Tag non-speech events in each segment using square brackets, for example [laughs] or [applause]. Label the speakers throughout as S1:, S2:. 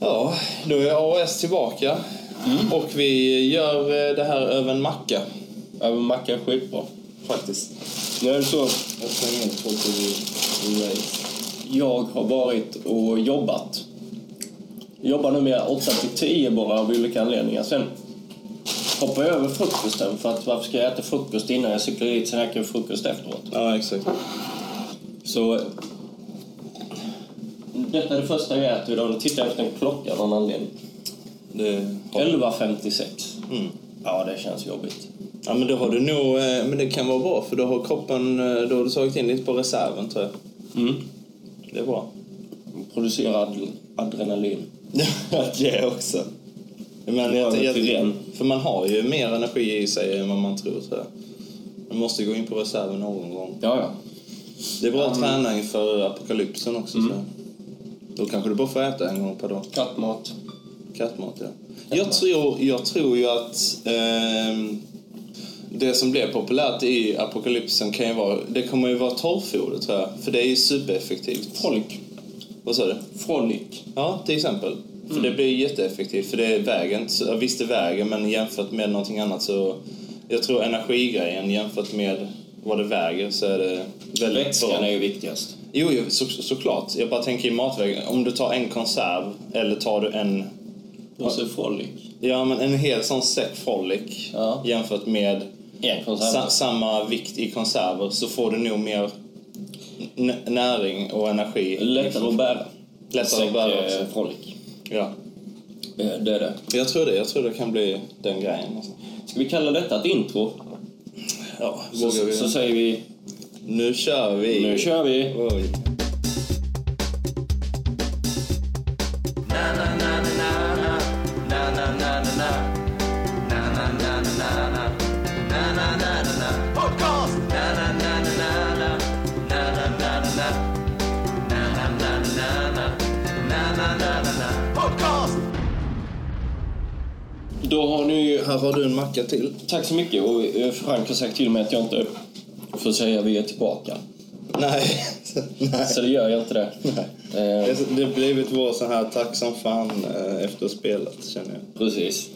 S1: Ja, då är AS tillbaka. Och vi gör eh, det här över en macka.
S2: Över macka är skitbra.
S1: Faktiskt.
S2: Nu är det så. Jag slänger in folk i- i race. Jag har varit och jobbat. Jobbar numera 8 till 10 bara av olika anledningar. Sen hoppar jag över frukosten för att varför ska jag äta frukost innan jag cyklar dit? Sen äter jag frukost efteråt.
S1: Ja, exakt.
S2: Så... Detta är det första jag äter idag. Nu tittar jag efter en klocka av någon anledning.
S1: Det har...
S2: 11.56.
S1: Mm.
S2: Ja, det känns jobbigt.
S1: Ja, men då har du nog... eh, Men det kan vara bra, för då har kroppen... eh, Då har du tagit in lite på reserven, tror jag.
S2: Mm.
S1: Det är [laughs] bra.
S2: Producerar ad- adrenalin.
S1: det också. Men
S2: Ja,
S1: jag,
S2: men
S1: jag,
S2: tydligen.
S1: för man har ju mer energi i sig än vad man tror, tror jag. Man måste gå in på reserven någon gång.
S2: Ja, ja.
S1: Det är bra att träna inför apokalypsen också, tror jag. Då kanske du bara får äta en gång per dag.
S2: Kattmat.
S1: Kattmat, ja. Jag tror, jag tror ju att ehm, det som blev populärt i apokalypsen kan ju vara, det kommer ju vara torrfoder tror jag. För det är ju supereffektivt.
S2: Folk.
S1: Vad sa du?
S2: Frolic.
S1: Ja, till exempel. För det blir ju jätteeffektivt. För det väger inte, så- ja, visst det väger men jämfört med någonting annat så, jag tror energigrejen jämfört med vad det väger så är det väldigt
S2: Vätskan
S1: bra.
S2: är ju viktigast.
S1: Jo, jo så, såklart. Jag bara tänker i matvägen. Om du tar en konserv eller tar du en
S2: Och så Frolic.
S1: Ja, men en hel sån säck Frolic
S2: Ja.
S1: jämfört med
S2: En
S1: sa-
S2: konserv.
S1: samma vikt i konserver så får du nog mer n- näring och energi.
S2: Lättare att bära.
S1: Lättare att bära också.
S2: Eh, Frolic.
S1: Ja.
S2: Eh, Det är det.
S1: Jag tror det. Jag tror det kan bli den grejen. Alltså.
S2: Ska vi kalla detta ett intro?
S1: Ja,
S2: Så,
S1: vågar vi?
S2: så säger vi...
S1: nu kör vi!
S2: Nu kör vi!
S1: Oj.
S2: Då har ni ju...
S1: Här har du en macka till.
S2: Tack så mycket. Och eh, Frank har sagt till mig att jag inte får säga vi är tillbaka.
S1: Nej. [laughs] Nej.
S2: Så det gör jag inte det.
S1: Det
S2: Eh,
S1: är- Det har blivit vår så här tack som fan eh, efter spelet, känner jag.
S2: precis.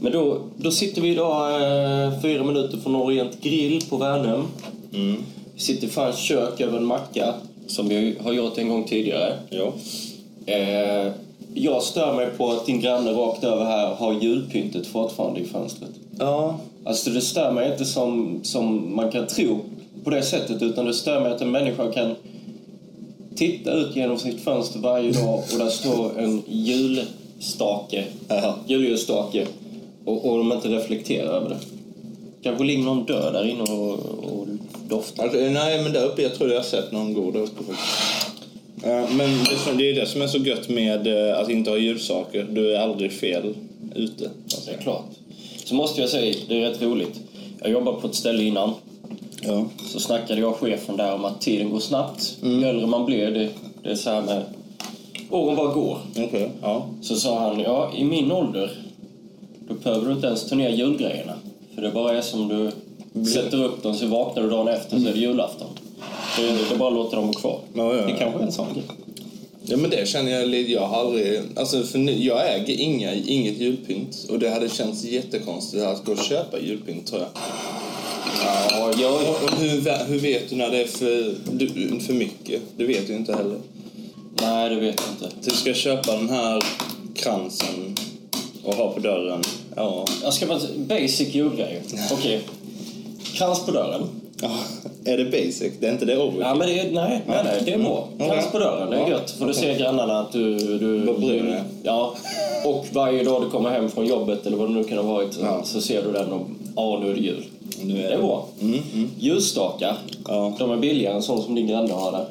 S2: Men då, då sitter vi idag eh, fyra minuter från Orient Grill på Värnhem.
S1: Mm.
S2: Vi sitter i Frans kök över en macka, som vi har gjort en gång tidigare.
S1: Ja.
S2: Eh, jag stör mig på att din granne rakt över här har julpyntet fortfarande i fönstret.
S1: Ja.
S2: Alltså det stör mig inte som, som man kan tro på det sättet utan det stör mig att en människa kan titta ut genom sitt fönster varje dag och där står en julstake,
S1: Ja.
S2: julljusstake och, och de inte reflekterar över det. Kanske ligger någon död där inne och, och doftar.
S1: Alltså, nej, men där uppe, jag tror jag har sett någon god där uppe faktiskt. Eh, Men det, som- det är det som är så gött med eh, att inte ha ljudsaker. Du är aldrig fel ute.
S2: Det är klart. Så måste jag säga, det är rätt roligt. Jag jobbade på ett ställe innan
S1: Ja.
S2: så snackade jag och chefen där om att tiden går snabbt. Ju äldre man blir, det, det är så här med åren bara går.
S1: Okej. Ja.
S2: Så sa han, ja i min ålder då behöver du inte ens ta ner julgrejerna. För det bara är som du sätter upp dem, så vaknar du dagen efter så är det julafton. Så det är bara att låta dem vara kvar.
S1: Ja, ja, ja.
S2: Det kanske är en sån grej.
S1: ja, men det känner jag lite. Jag har aldrig... Alltså, för nu, jag äger inga, inget julpynt. Och det hade känts jättekonstigt att gå och köpa julpynt, tror jag.
S2: Ja, jag,
S1: Och, och hur, vä- hur vet du när det är för, du- för mycket? Det vet du inte heller.
S2: nej, det vet jag inte.
S1: Du ska köpa den här kransen och ha på dörren. Ja.
S2: Jag ska bara basic julgrejer. Okej. Krans på dörren.
S1: Ja, är det basic? Det är inte det ordet?
S2: Ja, men det är, nej, nej, nej, det är bra.
S1: Mm.
S2: Krans på dörren, det är
S1: Ja.
S2: gött. För då ser grannarna att du... du
S1: Vad bryr du dig?
S2: Ja. Och varje dag du kommer hem från jobbet eller vad det nu kan ha varit så-
S1: Ja.
S2: så ser du den och ja, nu är det jul.
S1: Nu
S2: Det är bra.
S1: Mm, mm.
S2: Ljusstakar,
S1: Ja. Mm.
S2: de är billigare än sån som din granne har där.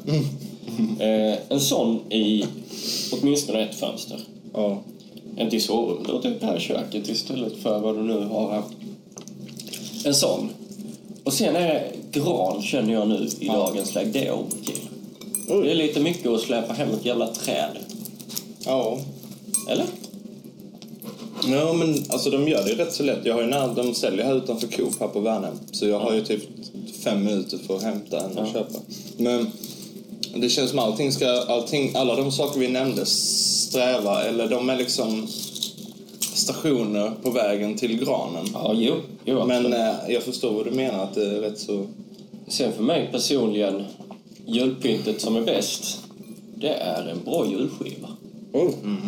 S2: Eh, en sån i åtminstone ett fönster.
S1: Ja.
S2: Inte i sovrummet, utan i det här köket istället för vad du nu har här. En sån. Och sen är det gran, känner jag nu, i dagens läge. Det är overkill.
S1: Oj.
S2: Det är lite mycket att släpa hem ett jävla träd.
S1: ja.
S2: Eller?
S1: Ja, men alltså de gör det ju rätt så lätt. Jag har ju när de säljer här utanför Coop här på Värnhem. Så jag har ju typ fem minuter för att hämta en och köpa. Men Det känns som allting ska, allting, alla de saker vi nämnde strävar, eller de är liksom stationer på vägen till granen.
S2: Ja, jo. jo absolut.
S1: Men eh, jag förstår vad du menar, att det är rätt så...
S2: Sen för mig personligen, julpyntet som är bäst, det är en bra julskiva. Oh. Mhm,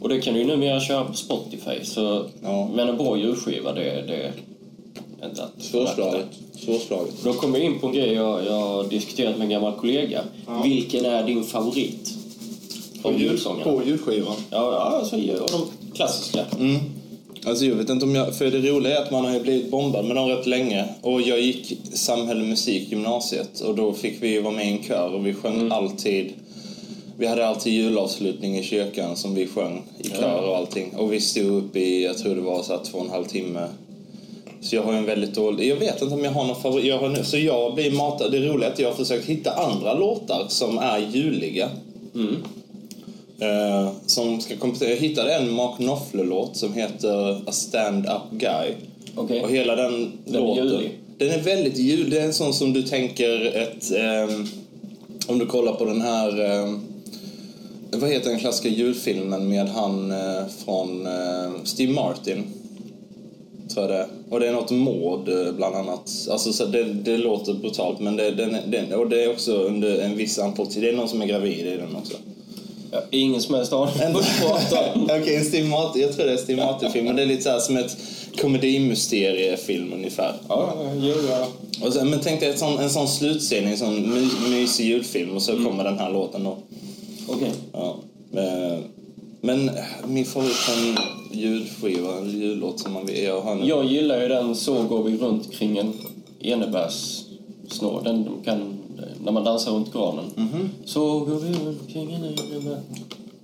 S2: Och det kan du ju numera köra på Spotify, så,
S1: Ja.
S2: men en bra julskiva, det, det är inte att
S1: Svårslaget. Svårslaget.
S2: Då kommer jag in på en grej jag, jag har diskuterat med en gammal kollega. Vilken är din favorit? Av julsången? Ja,
S1: på Mm. julskivan.
S2: ja, alltså, ja, de klassiska.
S1: Alltså jag vet inte om jag... För det roliga är att man har ju blivit bombad med dem rätt länge. Och jag gick samhälle, musik, gymnasiet. Och då fick vi vara med i en kör och vi sjöng alltid... Vi hade alltid julavslutning i kyrkan som vi sjöng i kör och allting. Och vi stod upp i, jag tror det var så här två och en halv timme. Så jag har ju en väldigt dålig... Jag vet inte om jag har någon favorit. Jag har nu, så jag blir matad. Det roliga är att jag har försökt hitta andra låtar som är juliga. Eh, som ska komplettera. Jag hittade en Mark Knopfler-låt som heter A Stand Up Guy.
S2: Okej.
S1: Och hela den,
S2: Den är
S1: låten...
S2: julig.
S1: Den är väldigt ljud. Det är en sån som du tänker ett... ehm, om du kollar på den här... ehm, vad heter den klassiska julfilmen med han eh, från eh, Steve Martin? Tror jag det är. Och det är något mord eh, bland annat. Alltså så det, det låter brutalt men det, den, den, och det är också under en viss amplitud. Det är någon som är gravid i den också.
S2: Ja, ingen som helst aning om
S1: En-
S2: vad du [laughs] pratar
S1: [laughs]
S2: om.
S1: Okej, en Steve Martin, jag tror det är en Steve Martin-film, men det är lite så här som ett komedimysteriefilm ungefär.
S2: Ja, ja, jo, ja.
S1: Och sen, men tänk dig ett sån, en sån slutscen i en sån my, mysig julfilm och så kommer den här låten då.
S2: Okej.
S1: Ja. Eh, Men eh, min favorit från julskiva, eller jullåt som man vill, jag har nu.
S2: Jag gillar ju den Så går vi runt kring en enebärssnår. Den de kan, när man dansar runt granen.
S1: Mhm.
S2: Så går vi runt kring en enebär...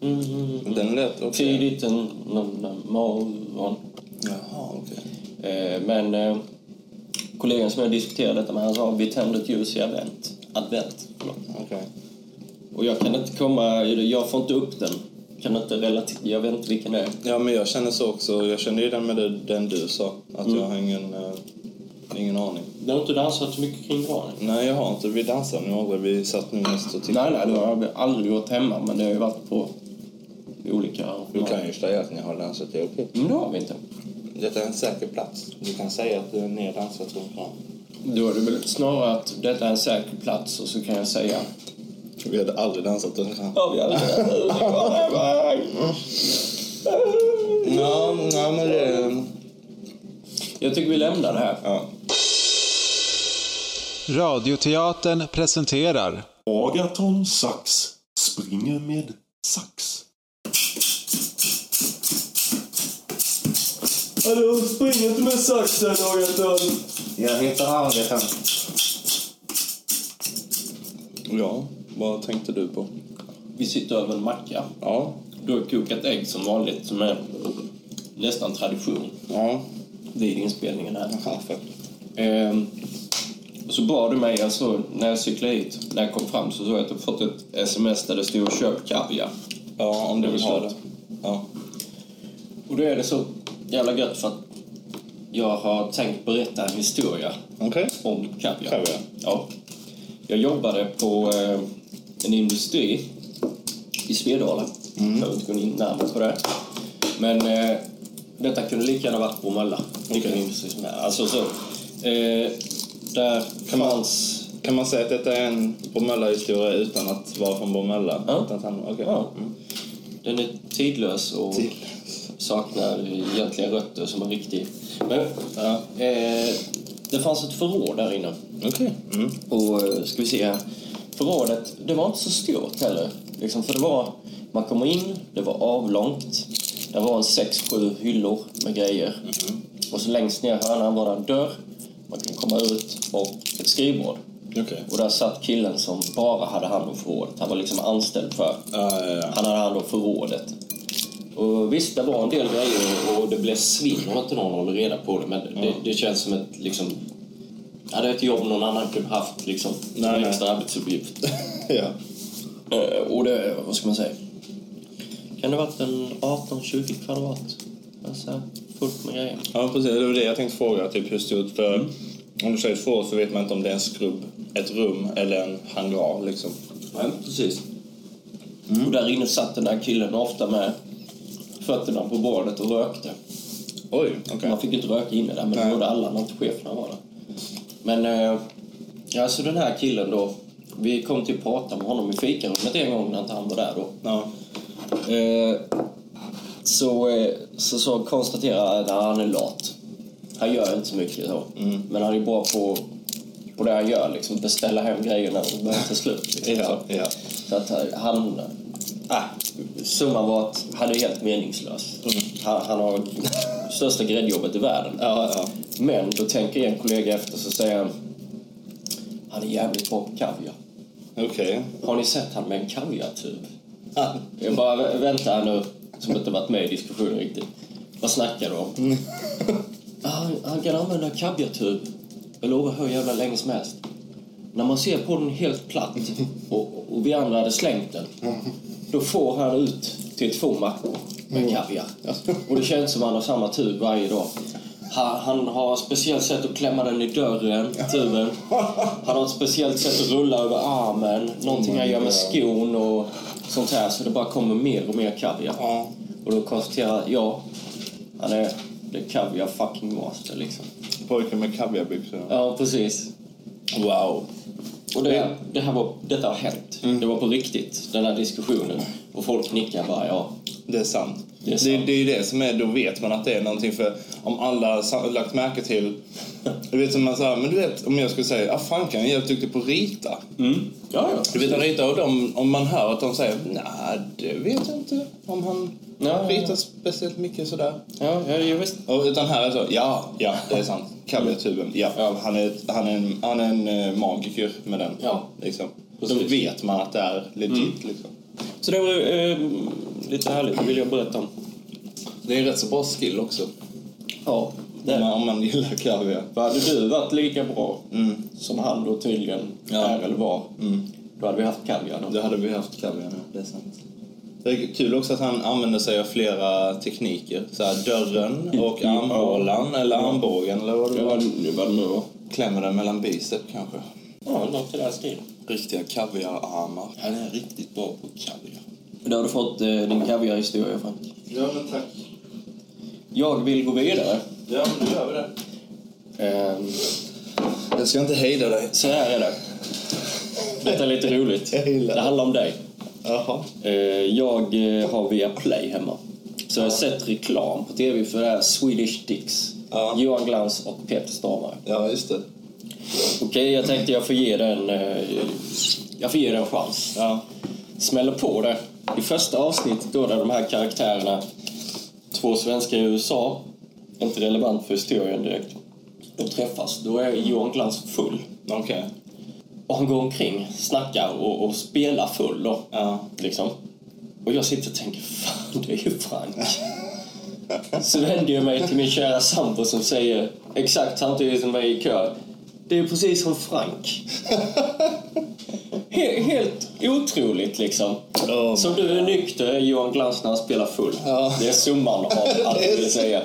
S2: Mm, mm, mm.
S1: Den lät okej.
S2: Tidigt en, en, en morgon.
S1: Jaha, okej.
S2: Eh, men eh, kollegan som jag diskuterade detta med, han sa vi tänder ett ljus i advent. Advent, förlåt.
S1: Okej.
S2: Och jag kan inte komma, jag får inte upp den. Kan inte relatera, jag vet inte vilken det är.
S1: Ja, men jag känner så också. Jag känner ju den med det, den du sa. Att jag har ingen, eh, ingen aning.
S2: Du har inte dansat så mycket kring granen?
S1: Nej, jag har inte. Vi dansade nu aldrig. Vi satt nu mest och tittade.
S2: Nej, nej, det har jag aldrig gjort hemma, men det har ju varit på olika...
S1: Du kan ju säga att ni har dansat ihop.
S2: Men det har vi inte.
S1: Detta är en säker plats. Du kan säga att ni har dansat runt om.
S2: Då är det väl snarare att detta är en säker plats och så kan jag säga...
S1: Vi hade aldrig dansat runt om.
S2: Ja, vi hade
S1: Ja, ja, men det...
S2: [laughs] Jag tycker vi lämnar det här.
S1: Ja.
S3: Radioteatern presenterar
S4: Agaton Sax springer med sax. Hallå, spring inte med saxen Agaton!
S5: Jag heter Arvidsson.
S1: ja, vad tänkte du på?
S2: Vi sitter över en macka.
S1: Ja.
S2: Du har kokat ägg som vanligt, som är nästan tradition
S1: Ja.
S2: vid inspelningen här.
S1: Kaffe.
S2: Ehm, och så bad du mig, alltså, när jag cyklade hit, när jag kom fram så såg jag att du fått ett sms där det stod köp kaviar.
S1: Ja, om du vill ha
S2: Förstått.
S1: det. Ja.
S2: Och då är det så jävla gött för att jag har tänkt berätta en historia
S1: Okej.
S2: om kaviar.
S1: Kaviar.
S2: Ja. Jag jobbade på eh, en industri i Svedala. Jag behöver inte gå in närmare på det. Men eh, detta kunde lika gärna varit Bromölla. Vilken industri som helst. Alltså så. Eh, där
S1: Kan man-
S2: fanns...
S1: Kan man säga att detta är en Bromölla-historia utan att vara från Bromölla?
S2: Ja.
S1: Utan att han- Okej.
S2: Ja. Mm. Den är tidlös och saknar egentliga rötter som en riktig. Men, eh, det fanns ett förråd där inne.
S1: Okej. Mm.
S2: Och eh, ska vi se här. Förrådet, det var inte så stort heller. Liksom, för det var, man kommer in, det var avlångt. Det var en sex, sju hyllor med grejer. Och så längst ner i hörnan var det en dörr. Man kunde komma ut och ett skrivbord.
S1: Okej.
S2: Och där satt killen som bara hade hand om förrådet. Han var liksom anställd för
S1: Ja, ja, ja.
S2: han hade hand om förrådet. Och visst, det var en del grejer och det blev svinn om inte någon håller reda på det. Men det, det känns som ett, liksom, ja, det är ett jobb någon annan kunde haft liksom, som
S1: Nej, nej.
S2: extra arbetsuppgift.
S1: ja.
S2: Eh, och det, vad ska man säga? Kan det ha varit en 18-20 kvadrat? Alltså, fullt med grejer. Mm.
S1: Ja, precis. Det var det jag tänkte fråga. Typ hur stort... För om du säger två så vet man inte om det är en skrubb ett rum eller en hangar liksom.
S5: Ja, precis.
S2: Och där inne satt den här killen ofta med fötterna på bordet och rökte.
S1: Oj, okej.
S2: Man fick ju inte röka inne där, men det
S1: Nej.
S2: gjorde alla när inte cheferna var där. Men, eh, ja, så den här killen då. Vi kom till att prata med honom i fikarummet en gång när inte han var där då.
S1: Ja.
S2: Eh, så, eh, så, så konstaterade jag att han är lat. Han gör inte så mycket så.
S1: Mm.
S2: Men han är bra på, på det han gör, liksom beställa hem grejerna och börja till slut. Liksom,
S1: Ja,
S2: så.
S1: ja.
S2: Så att eh, han... Äh, summan var att han är helt meningslös.
S1: Mm.
S2: Han, han har största gräddjobbet i världen.
S1: Ja, ja.
S2: Men då tänker en kollega efter så säger han han är jävligt bra på kaviar.
S1: Okej.
S2: Har ni sett han med en kaviartub?
S1: Ah,
S2: Jag bara vä- väntar här nu, som inte varit med i diskussionen riktigt. Vad snackar du om? [laughs] Han, han kan använda kaviartub, jag lovar, hur jävla länge som helst. När man ser på den helt platt och, och vi andra hade slängt den, då får han ut till två mackor med kaviar. [laughs] Och det känns som han har samma tub varje dag. Han, han har ett speciellt sätt att klämma den i dörren, [laughs] tuben. Han har ett speciellt sätt att rulla över armen. Någonting han gör med skon och sånt här. Så det bara kommer mer och mer kaviar.
S1: Ja.
S2: Och då konstaterar jag, ja, han är the kaviar fucking master liksom.
S1: Pojken med kaviarbyxor.
S2: Ja, precis.
S1: Wow.
S2: Och det, det här var, detta har hänt. Det var på riktigt, den här diskussionen. Och folk nickar bara, ja.
S1: Det är sant.
S2: Det är
S1: Det,
S2: sant.
S1: det är ju det som är, då vet man att det är någonting för om alla sa- lagt märke till, du vet som man säger, men du vet om jag skulle säga, ah Frankan är jävligt duktig på att rita.
S2: Mm. Ja, ja.
S1: Du vet han ritar och de, om man hör att de säger, nej det vet jag inte om han
S2: Ja, ja,
S1: ritar
S2: ja.
S1: speciellt mycket sådär.
S2: Ja, ja, ja visst.
S1: Och, utan här är det så, ja, ja det är sant. Kaviartuben, ja, han är, han är, en, han är en eh, magiker med den.
S2: Ja.
S1: Liksom. Då
S2: Precis.
S1: vet man att det är legit liksom.
S2: Så det var eh, lite härligt, det vill jag berätta om.
S1: Det är en rätt så bra skill också.
S2: Ja,
S1: Om man, om man gillar kaviar.
S2: För hade du varit lika bra som han då tydligen är eller var, då hade vi haft kaviar då.
S1: Det hade vi haft kaviar nu, det är sant. Det är kul också att han använder sig av flera tekniker. Så här, dörren och armbålan, eller armbågen eller vad det
S2: Det var
S1: var.
S2: det var det nu va?
S1: Klämmer den mellan bicep kanske.
S2: Ja, något i den stilen.
S1: Riktiga kaviararmar.
S2: Han är riktigt bra på kaviar. Då har du fått eh, din kaviarhistoria Frank.
S5: Ja, men tack.
S2: Jag vill gå vidare.
S5: Ja, men nu gör vi det.
S2: Eh,
S1: Jag ska inte hejda dig.
S2: så här är det. Detta är lite [laughs] roligt.
S1: Jag gillar
S2: Det
S1: det.
S2: handlar om dig.
S1: Jaha.
S2: Eh, Jag eh, har via Play hemma. Så jag har sett reklam på tv för det här Swedish Dicks.
S1: Ja.
S2: Johan Glans och Peter Stormare.
S1: Ja, just det.
S2: Okej, jag tänkte jag får ge den, eh, jag får ge den en chans.
S1: Ja.
S2: Smäller på det. I första avsnittet då där de här karaktärerna, två svenskar i USA, inte relevant för historien direkt, de träffas. Då är Johan Glans full.
S1: Okej.
S2: Och han går omkring, snackar och, och spelar full då.
S1: Ja.
S2: Liksom. Och jag sitter och tänker, fan det är ju Frank. Så vänder jag mig till min kära sambo som säger, exakt samtidigt som jag är i kö, det är precis som Frank. He- helt otroligt liksom.
S1: Oh
S2: som du är nykter är Johan Glans när han spelar full.
S1: Ja.
S2: Det är summan av allt jag vill säga.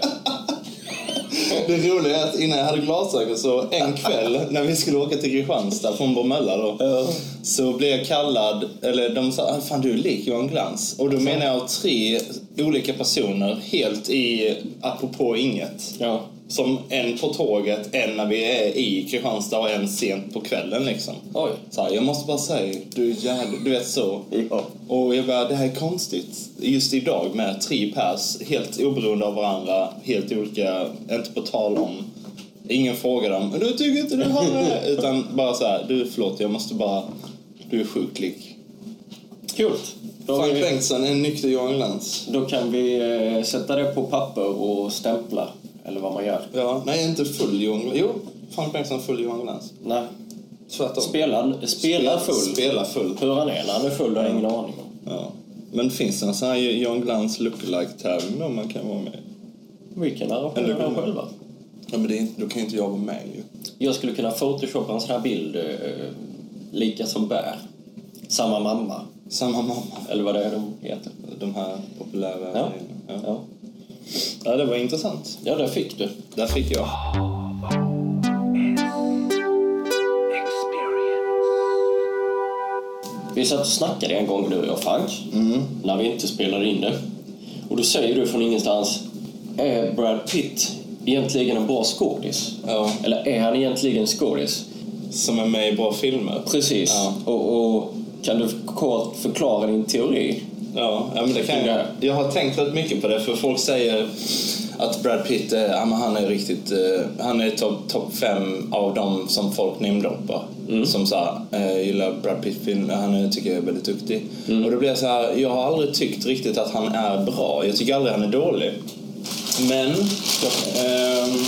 S1: Det roliga är att innan jag hade glasögon så en kväll när vi skulle åka till Kristianstad från Bromölla då. Så blev jag kallad, eller de sa "Ah, fan du är lik Johan Glans. Och då menar jag tre olika personer helt i, apropå inget.
S2: Ja.
S1: Som en på tåget, en när vi är i Kristianstad och en sent på kvällen liksom.
S2: Oj.
S1: Så här, jag måste bara säga, du är jävligt, du vet så.
S2: Ja.
S1: Och jag bara, det här är konstigt. Just idag med tre pers, helt oberoende av varandra, helt olika, inte på tal om. Ingen frågar dem, men du tycker inte du har det? Utan bara så här, du förlåt, jag måste bara, du är sjukt lik.
S2: Kul. Då, har
S1: Frank
S2: vi,
S1: Bengtsson, en nykter Johan Glans.
S2: då kan vi eh, sätta det på papper och stämpla, eller vad man gör.
S1: Ja, nej inte full Johan Glans. Jo, Frank Bengtsson full Johan Glans.
S2: Nej.
S1: Tvärtom.
S2: Spela, spela full.
S1: Spela full.
S2: Hur han är när han är full har jag ingen aning om.
S1: Ja. Men finns det en sån här Johan Glans lookalike tävling då man kan vara med i?
S2: Vi kan
S1: Eller
S2: arrangera den
S1: kommer.
S2: själva.
S1: Ja men det, är inte- då kan ju inte jag vara med ju.
S2: Jag skulle kunna photoshoppa en sån här bild, eh, lika som bär. Samma mamma,
S1: Samma mamma.
S2: eller vad det är de heter.
S1: de här populära
S2: Ja.
S1: Ja. Ja.
S2: Ja,
S1: det var intressant.
S2: ja där fick du.
S1: Där fick jag.
S6: experience.
S2: Vi satt och snackade en gång, du och jag Frank,
S1: Mm.
S2: när vi inte spelade in det. Och då säger du från ingenstans, är Brad Pitt egentligen en bra skådis?
S1: Ja.
S2: Eller är han egentligen skådis?
S1: Som är med i bra filmer.
S2: Precis. Och, och kan du kort förklara din teori?
S1: Ja, ja men det kan jag. Jag har tänkt rätt mycket på det för folk säger att Brad Pitt är, ja, men han är riktigt, eh, han är topp top fem av dem som folk namedroppar. Som så här, eh, gillar Brad Pitt filmer, han är, tycker jag är väldigt duktig. Och då blir jag så här, jag har aldrig tyckt riktigt att han är bra. Jag tycker aldrig han är dålig. Men ehm,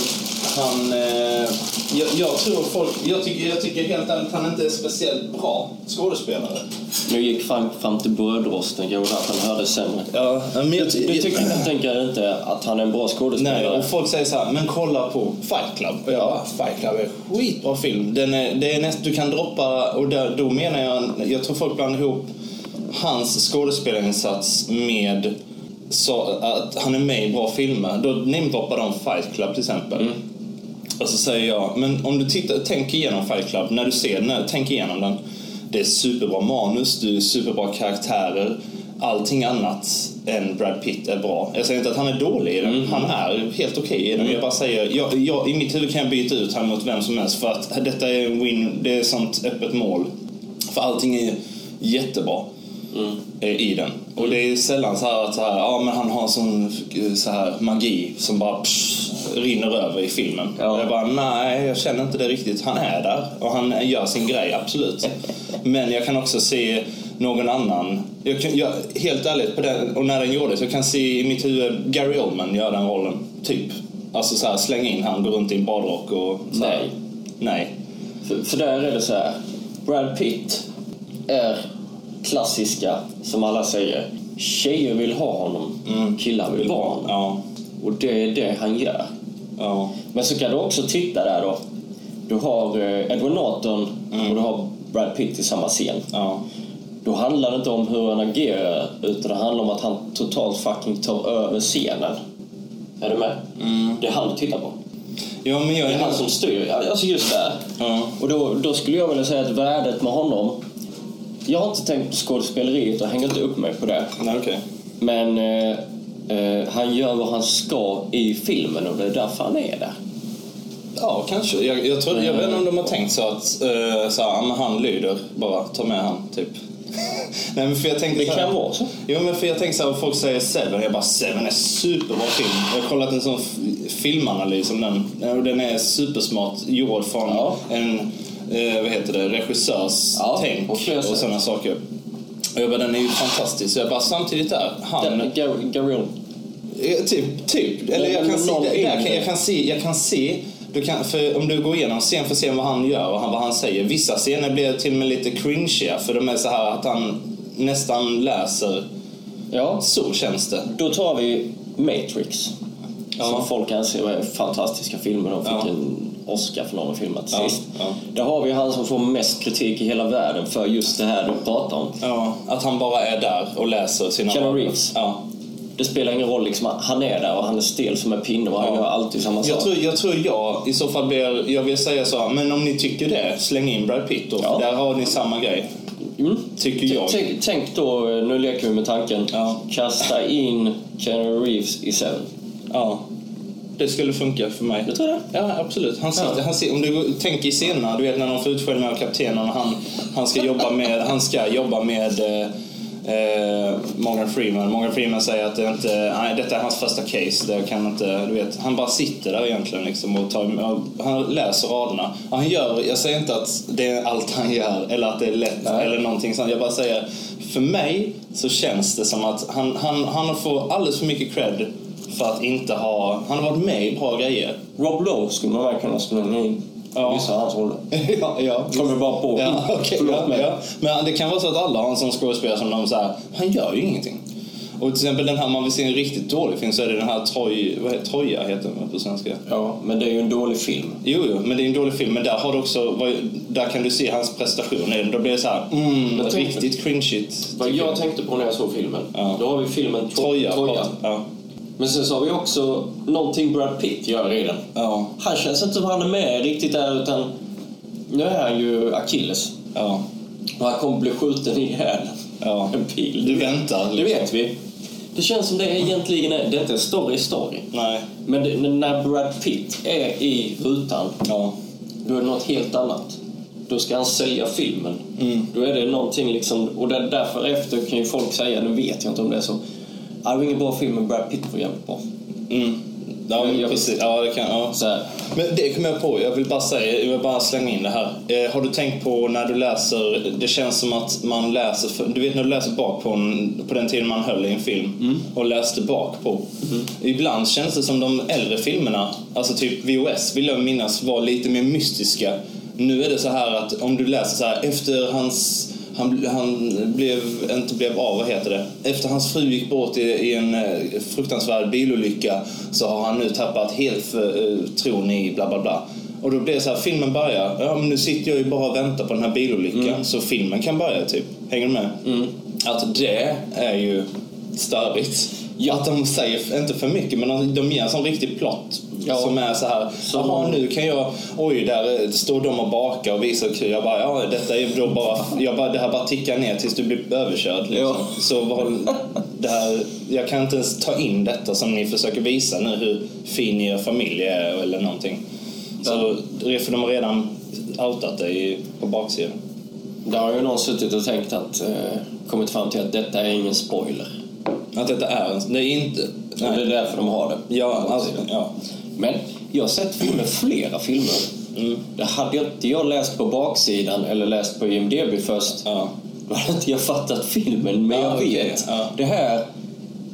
S1: han... Eh, jag, jag tror folk... Jag tycker, jag tycker helt ärligt att han inte är speciellt bra skådespelare.
S2: Nu gick Frank fram till brödrosten, kanske därför han hörde sämre.
S1: Ja, men jag,
S2: Du tycker jag tänker inte att han är en bra
S1: Nej,
S2: skådespelare?
S1: och folk säger så här, men kolla på Fight Club. Och jag bara, Fight Club är en skitbra film. Den är, det är näst, du kan droppa, och där, då menar jag, jag tror folk blandar ihop hans skådespelarinsats med så, att han är med i bra filmer. Då namedroppar de Fight Club till exempel. Och så säger jag, men om du tittar, tänk igenom Fight Club, när du ser den, här, tänk igenom den. Det är superbra manus, det är superbra karaktärer. Allting annat än Brad Pitt är bra. Jag säger inte att han är dålig i den, han är helt okej i den. Jag bara säger, jag, jag, i mitt huvud kan jag byta ut honom mot vem som helst för att detta är en win, det är sånt öppet mål. För allting är jättebra eh, i den. Och det är sällan så här att så här, ja, men han har en sån eh, så här, magi som bara psh, rinner över i filmen.
S2: Ja.
S1: Jag bara, nej, jag känner inte det riktigt. Han är där och han gör sin grej, absolut. Men jag kan också se någon annan. Jag kan, jag, helt ärligt, på den, och när den gjordes, jag kan se i mitt huvud Gary Oldman göra den rollen, typ. Alltså så här, slänga in han, gå runt i en badrock och... Så här,
S2: Nej.
S1: Nej.
S2: För, för där är det så här. Brad Pitt är klassiska, som alla säger. Tjejer vill ha honom, killar vill vara honom.
S1: Mm. Ja.
S2: Och det är det han gör.
S1: Ja.
S2: Men så kan du också titta där då. Du har eh, Edward Norton
S1: Mm.
S2: och du har Brad Pitt i samma scen.
S1: Ja.
S2: Då handlar det inte om hur han agerar, utan det handlar om att han totalt fucking tar över scenen. Är du med?
S1: Mm.
S2: Det är han du tittar på.
S1: Ja, men jag
S2: Det är han som styr. Ja, Alltså just där.
S1: Ja.
S2: Och då, då skulle jag vilja säga att värdet med honom... Jag har inte tänkt på skådespeleriet och hänger inte upp mig på det.
S1: Nej, okej.
S2: Men eh, eh, han gör vad han ska i filmen och det är därför han är där.
S1: Ja, kanske. Jag, jag, tror, jag vet inte om de har tänkt så att eh, så här, men han lyder bara, ta med han, typ. [laughs] Nej, men för jag tänkte
S2: Det
S1: så här-
S2: kan vara så.
S1: Jo, men för jag tänker så här, folk säger Seven, jag bara Seven är superbra film. Jag har kollat en sån f- filmanalys om den och den är supersmart gjord från
S2: Ja.
S1: en eh, vad heter det, regissörs
S2: Ja,
S1: tänk
S2: på flera
S1: och
S2: sätt.
S1: sådana saker. Och jag bara, den är ju fantastisk. Så jag bara, samtidigt där, han...
S2: Gar- Gar- Garion.
S1: Eh, Typ, typ. Eller
S2: Men-
S1: jag
S2: men
S1: kan, se,
S2: någon
S1: där, jag, kan,
S2: yngre.
S1: jag kan se, jag kan se du kan, för om du går igenom scen för att se vad han gör och han, vad han säger. Vissa scener blir till och med lite cringiga för de är så här att han nästan läser.
S2: Ja.
S1: Så känns det.
S2: Då tar vi Matrix.
S1: Ja.
S2: Som folk anser är fantastiska filmer. De fick
S1: Ja.
S2: en Oscar för några filmer till
S1: Ja,
S2: sist.
S1: ja.
S2: Där har vi han som får mest kritik i hela världen för just det här du pratar om.
S1: Ja, att han bara är där och läser sina...
S2: Keanu Reeves.
S1: Ja.
S2: Det spelar ingen roll, liksom, han är där och han är stel som en pinne och han
S1: Ja.
S2: gör alltid samma sak.
S1: Jag tror, jag tror jag i så fall blir, jag vill säga så här, men om ni tycker det, släng in Brad Pitt då.
S2: Ja.
S1: Där har ni samma grej.
S2: Mm.
S1: Tycker jag.
S2: Tänk, tänk då, eh, nu leker vi med tanken,
S1: Ja.
S2: kasta in Keanu Reeves i Seven.
S1: Ja. Det skulle funka för mig.
S2: Du tror det?
S1: Ja, absolut. Han sitter,
S2: Ja.
S1: Han sitter, om du går- tänker i scenerna, du vet när de får utskällning av kaptenen och han, han ska jobba med, han ska jobba med eh, eh, Morgan Freeman. Morgan Freeman säger att det inte, nej, detta är hans första case. Det kan inte, du vet, han bara sitter där egentligen liksom och tar, och han läser raderna. Ja, han gör, jag säger inte att det är allt han gör eller att det är lätt eller någonting sånt. Jag bara säger, för mig så känns det som att han, han, han får alldeles för mycket cred för att inte ha, han har varit med i bra grejer.
S2: Rob Lowe skulle man väl kunna slänga in
S1: Ja.
S2: vissa av hans roller.
S1: [laughs] ja, ja.
S2: Kommer bara på. Mm.
S1: Ja, okej,
S2: Förlåt
S1: ja,
S2: mig.
S1: ja. Men det kan vara så att alla har en sån skådespelare som de så här, han gör ju ingenting. Och till exempel den här, man vill se en riktigt dålig film så är det den här Troj, vad heter Troja heter den på svenska?
S2: Ja, men det är ju en dålig film.
S1: Jo, jo, men det är en dålig film, men där har du också, vad- där kan du se hans prestation i den. Då blir det så här, mm,
S2: Men tänk-
S1: riktigt cringeigt.
S2: Vad jag tänkte på när jag såg filmen,
S1: Ja.
S2: då har vi filmen Tro-
S1: Troja,
S2: Troja.
S1: Ja.
S2: Men sen så har vi också någonting Brad Pitt gör i den.
S1: Ja.
S2: Han känns inte som han är med riktigt där utan nu är han ju Achilles.
S1: Ja.
S2: Och han kommer bli skjuten ihjäl.
S1: Ja.
S2: En pil.
S1: Du väntar. liksom.
S2: Det vet vi. Det känns som det är egentligen är, det är inte en story story.
S1: Nej.
S2: Men det, när Brad Pitt är i rutan,
S1: Ja.
S2: då är det något helt annat. Då ska han sälja filmen.
S1: Mm.
S2: Då är det någonting liksom, och där, därför efter kan ju folk säga, nu vet jag inte om det är så, "Ah, det var ingen bra film men Brad Pitt var jävligt bra.
S1: Mm. Ja, men
S2: Jag-
S1: precis. Ja, det kan... Ja.
S2: Så här,
S1: Men det kom jag på, jag vill bara säga, jag vill bara slänga in det här. Eh, har du tänkt på när du läser, det känns som att man läser, för, du vet när du läser bak på, en, på den tiden man höll i en film och läste bak på. Ibland känns det som de äldre filmerna, alltså typ VOS vill jag minnas var lite mer mystiska. Nu är det så här att om du läser så här efter hans han, han blev, inte blev av, vad heter det? Efter hans fru gick bort i, i en eh, fruktansvärd bilolycka så har han nu tappat helt eh, tron i bla bla bla. Och då blir det så här, filmen börjar. Ja, men nu sitter jag ju bara och väntar på den här bilolyckan så filmen kan börja typ. Hänger du med? Att det är ju störigt. Att de säger, inte för mycket, men de- de ger en sån riktig plott
S2: Ja.
S1: som är så här. Jaha, nu kan jag... Oj, där eh, står de och bakar och visar hur kul. Jag bara, ja, detta är då bara... Jag bara det här bara tickar ner tills du blir överkörd. Liksom.
S2: Ja.
S1: Så vad, det här, jag kan inte ens ta in detta som ni försöker visa nu, hur fin er familj är eller någonting. Så, för de har redan outat det i- på baksidan.
S2: där har ju någon suttit och tänkt att, eh, kommit fram till att detta är ingen spoiler.
S1: Att detta är en... Det är inte...
S2: Och det är
S1: Nej.
S2: därför de har det.
S1: Ja, alltså, ja.
S2: Men jag har sett filmer, flera filmer.
S1: Mm.
S2: Det hade jag inte jag läst på baksidan eller läst på IMDB först,
S1: Ja.
S2: då hade inte jag fattat filmen. Men
S1: Ja,
S2: jag
S1: okej,
S2: vet
S1: ja.
S2: det här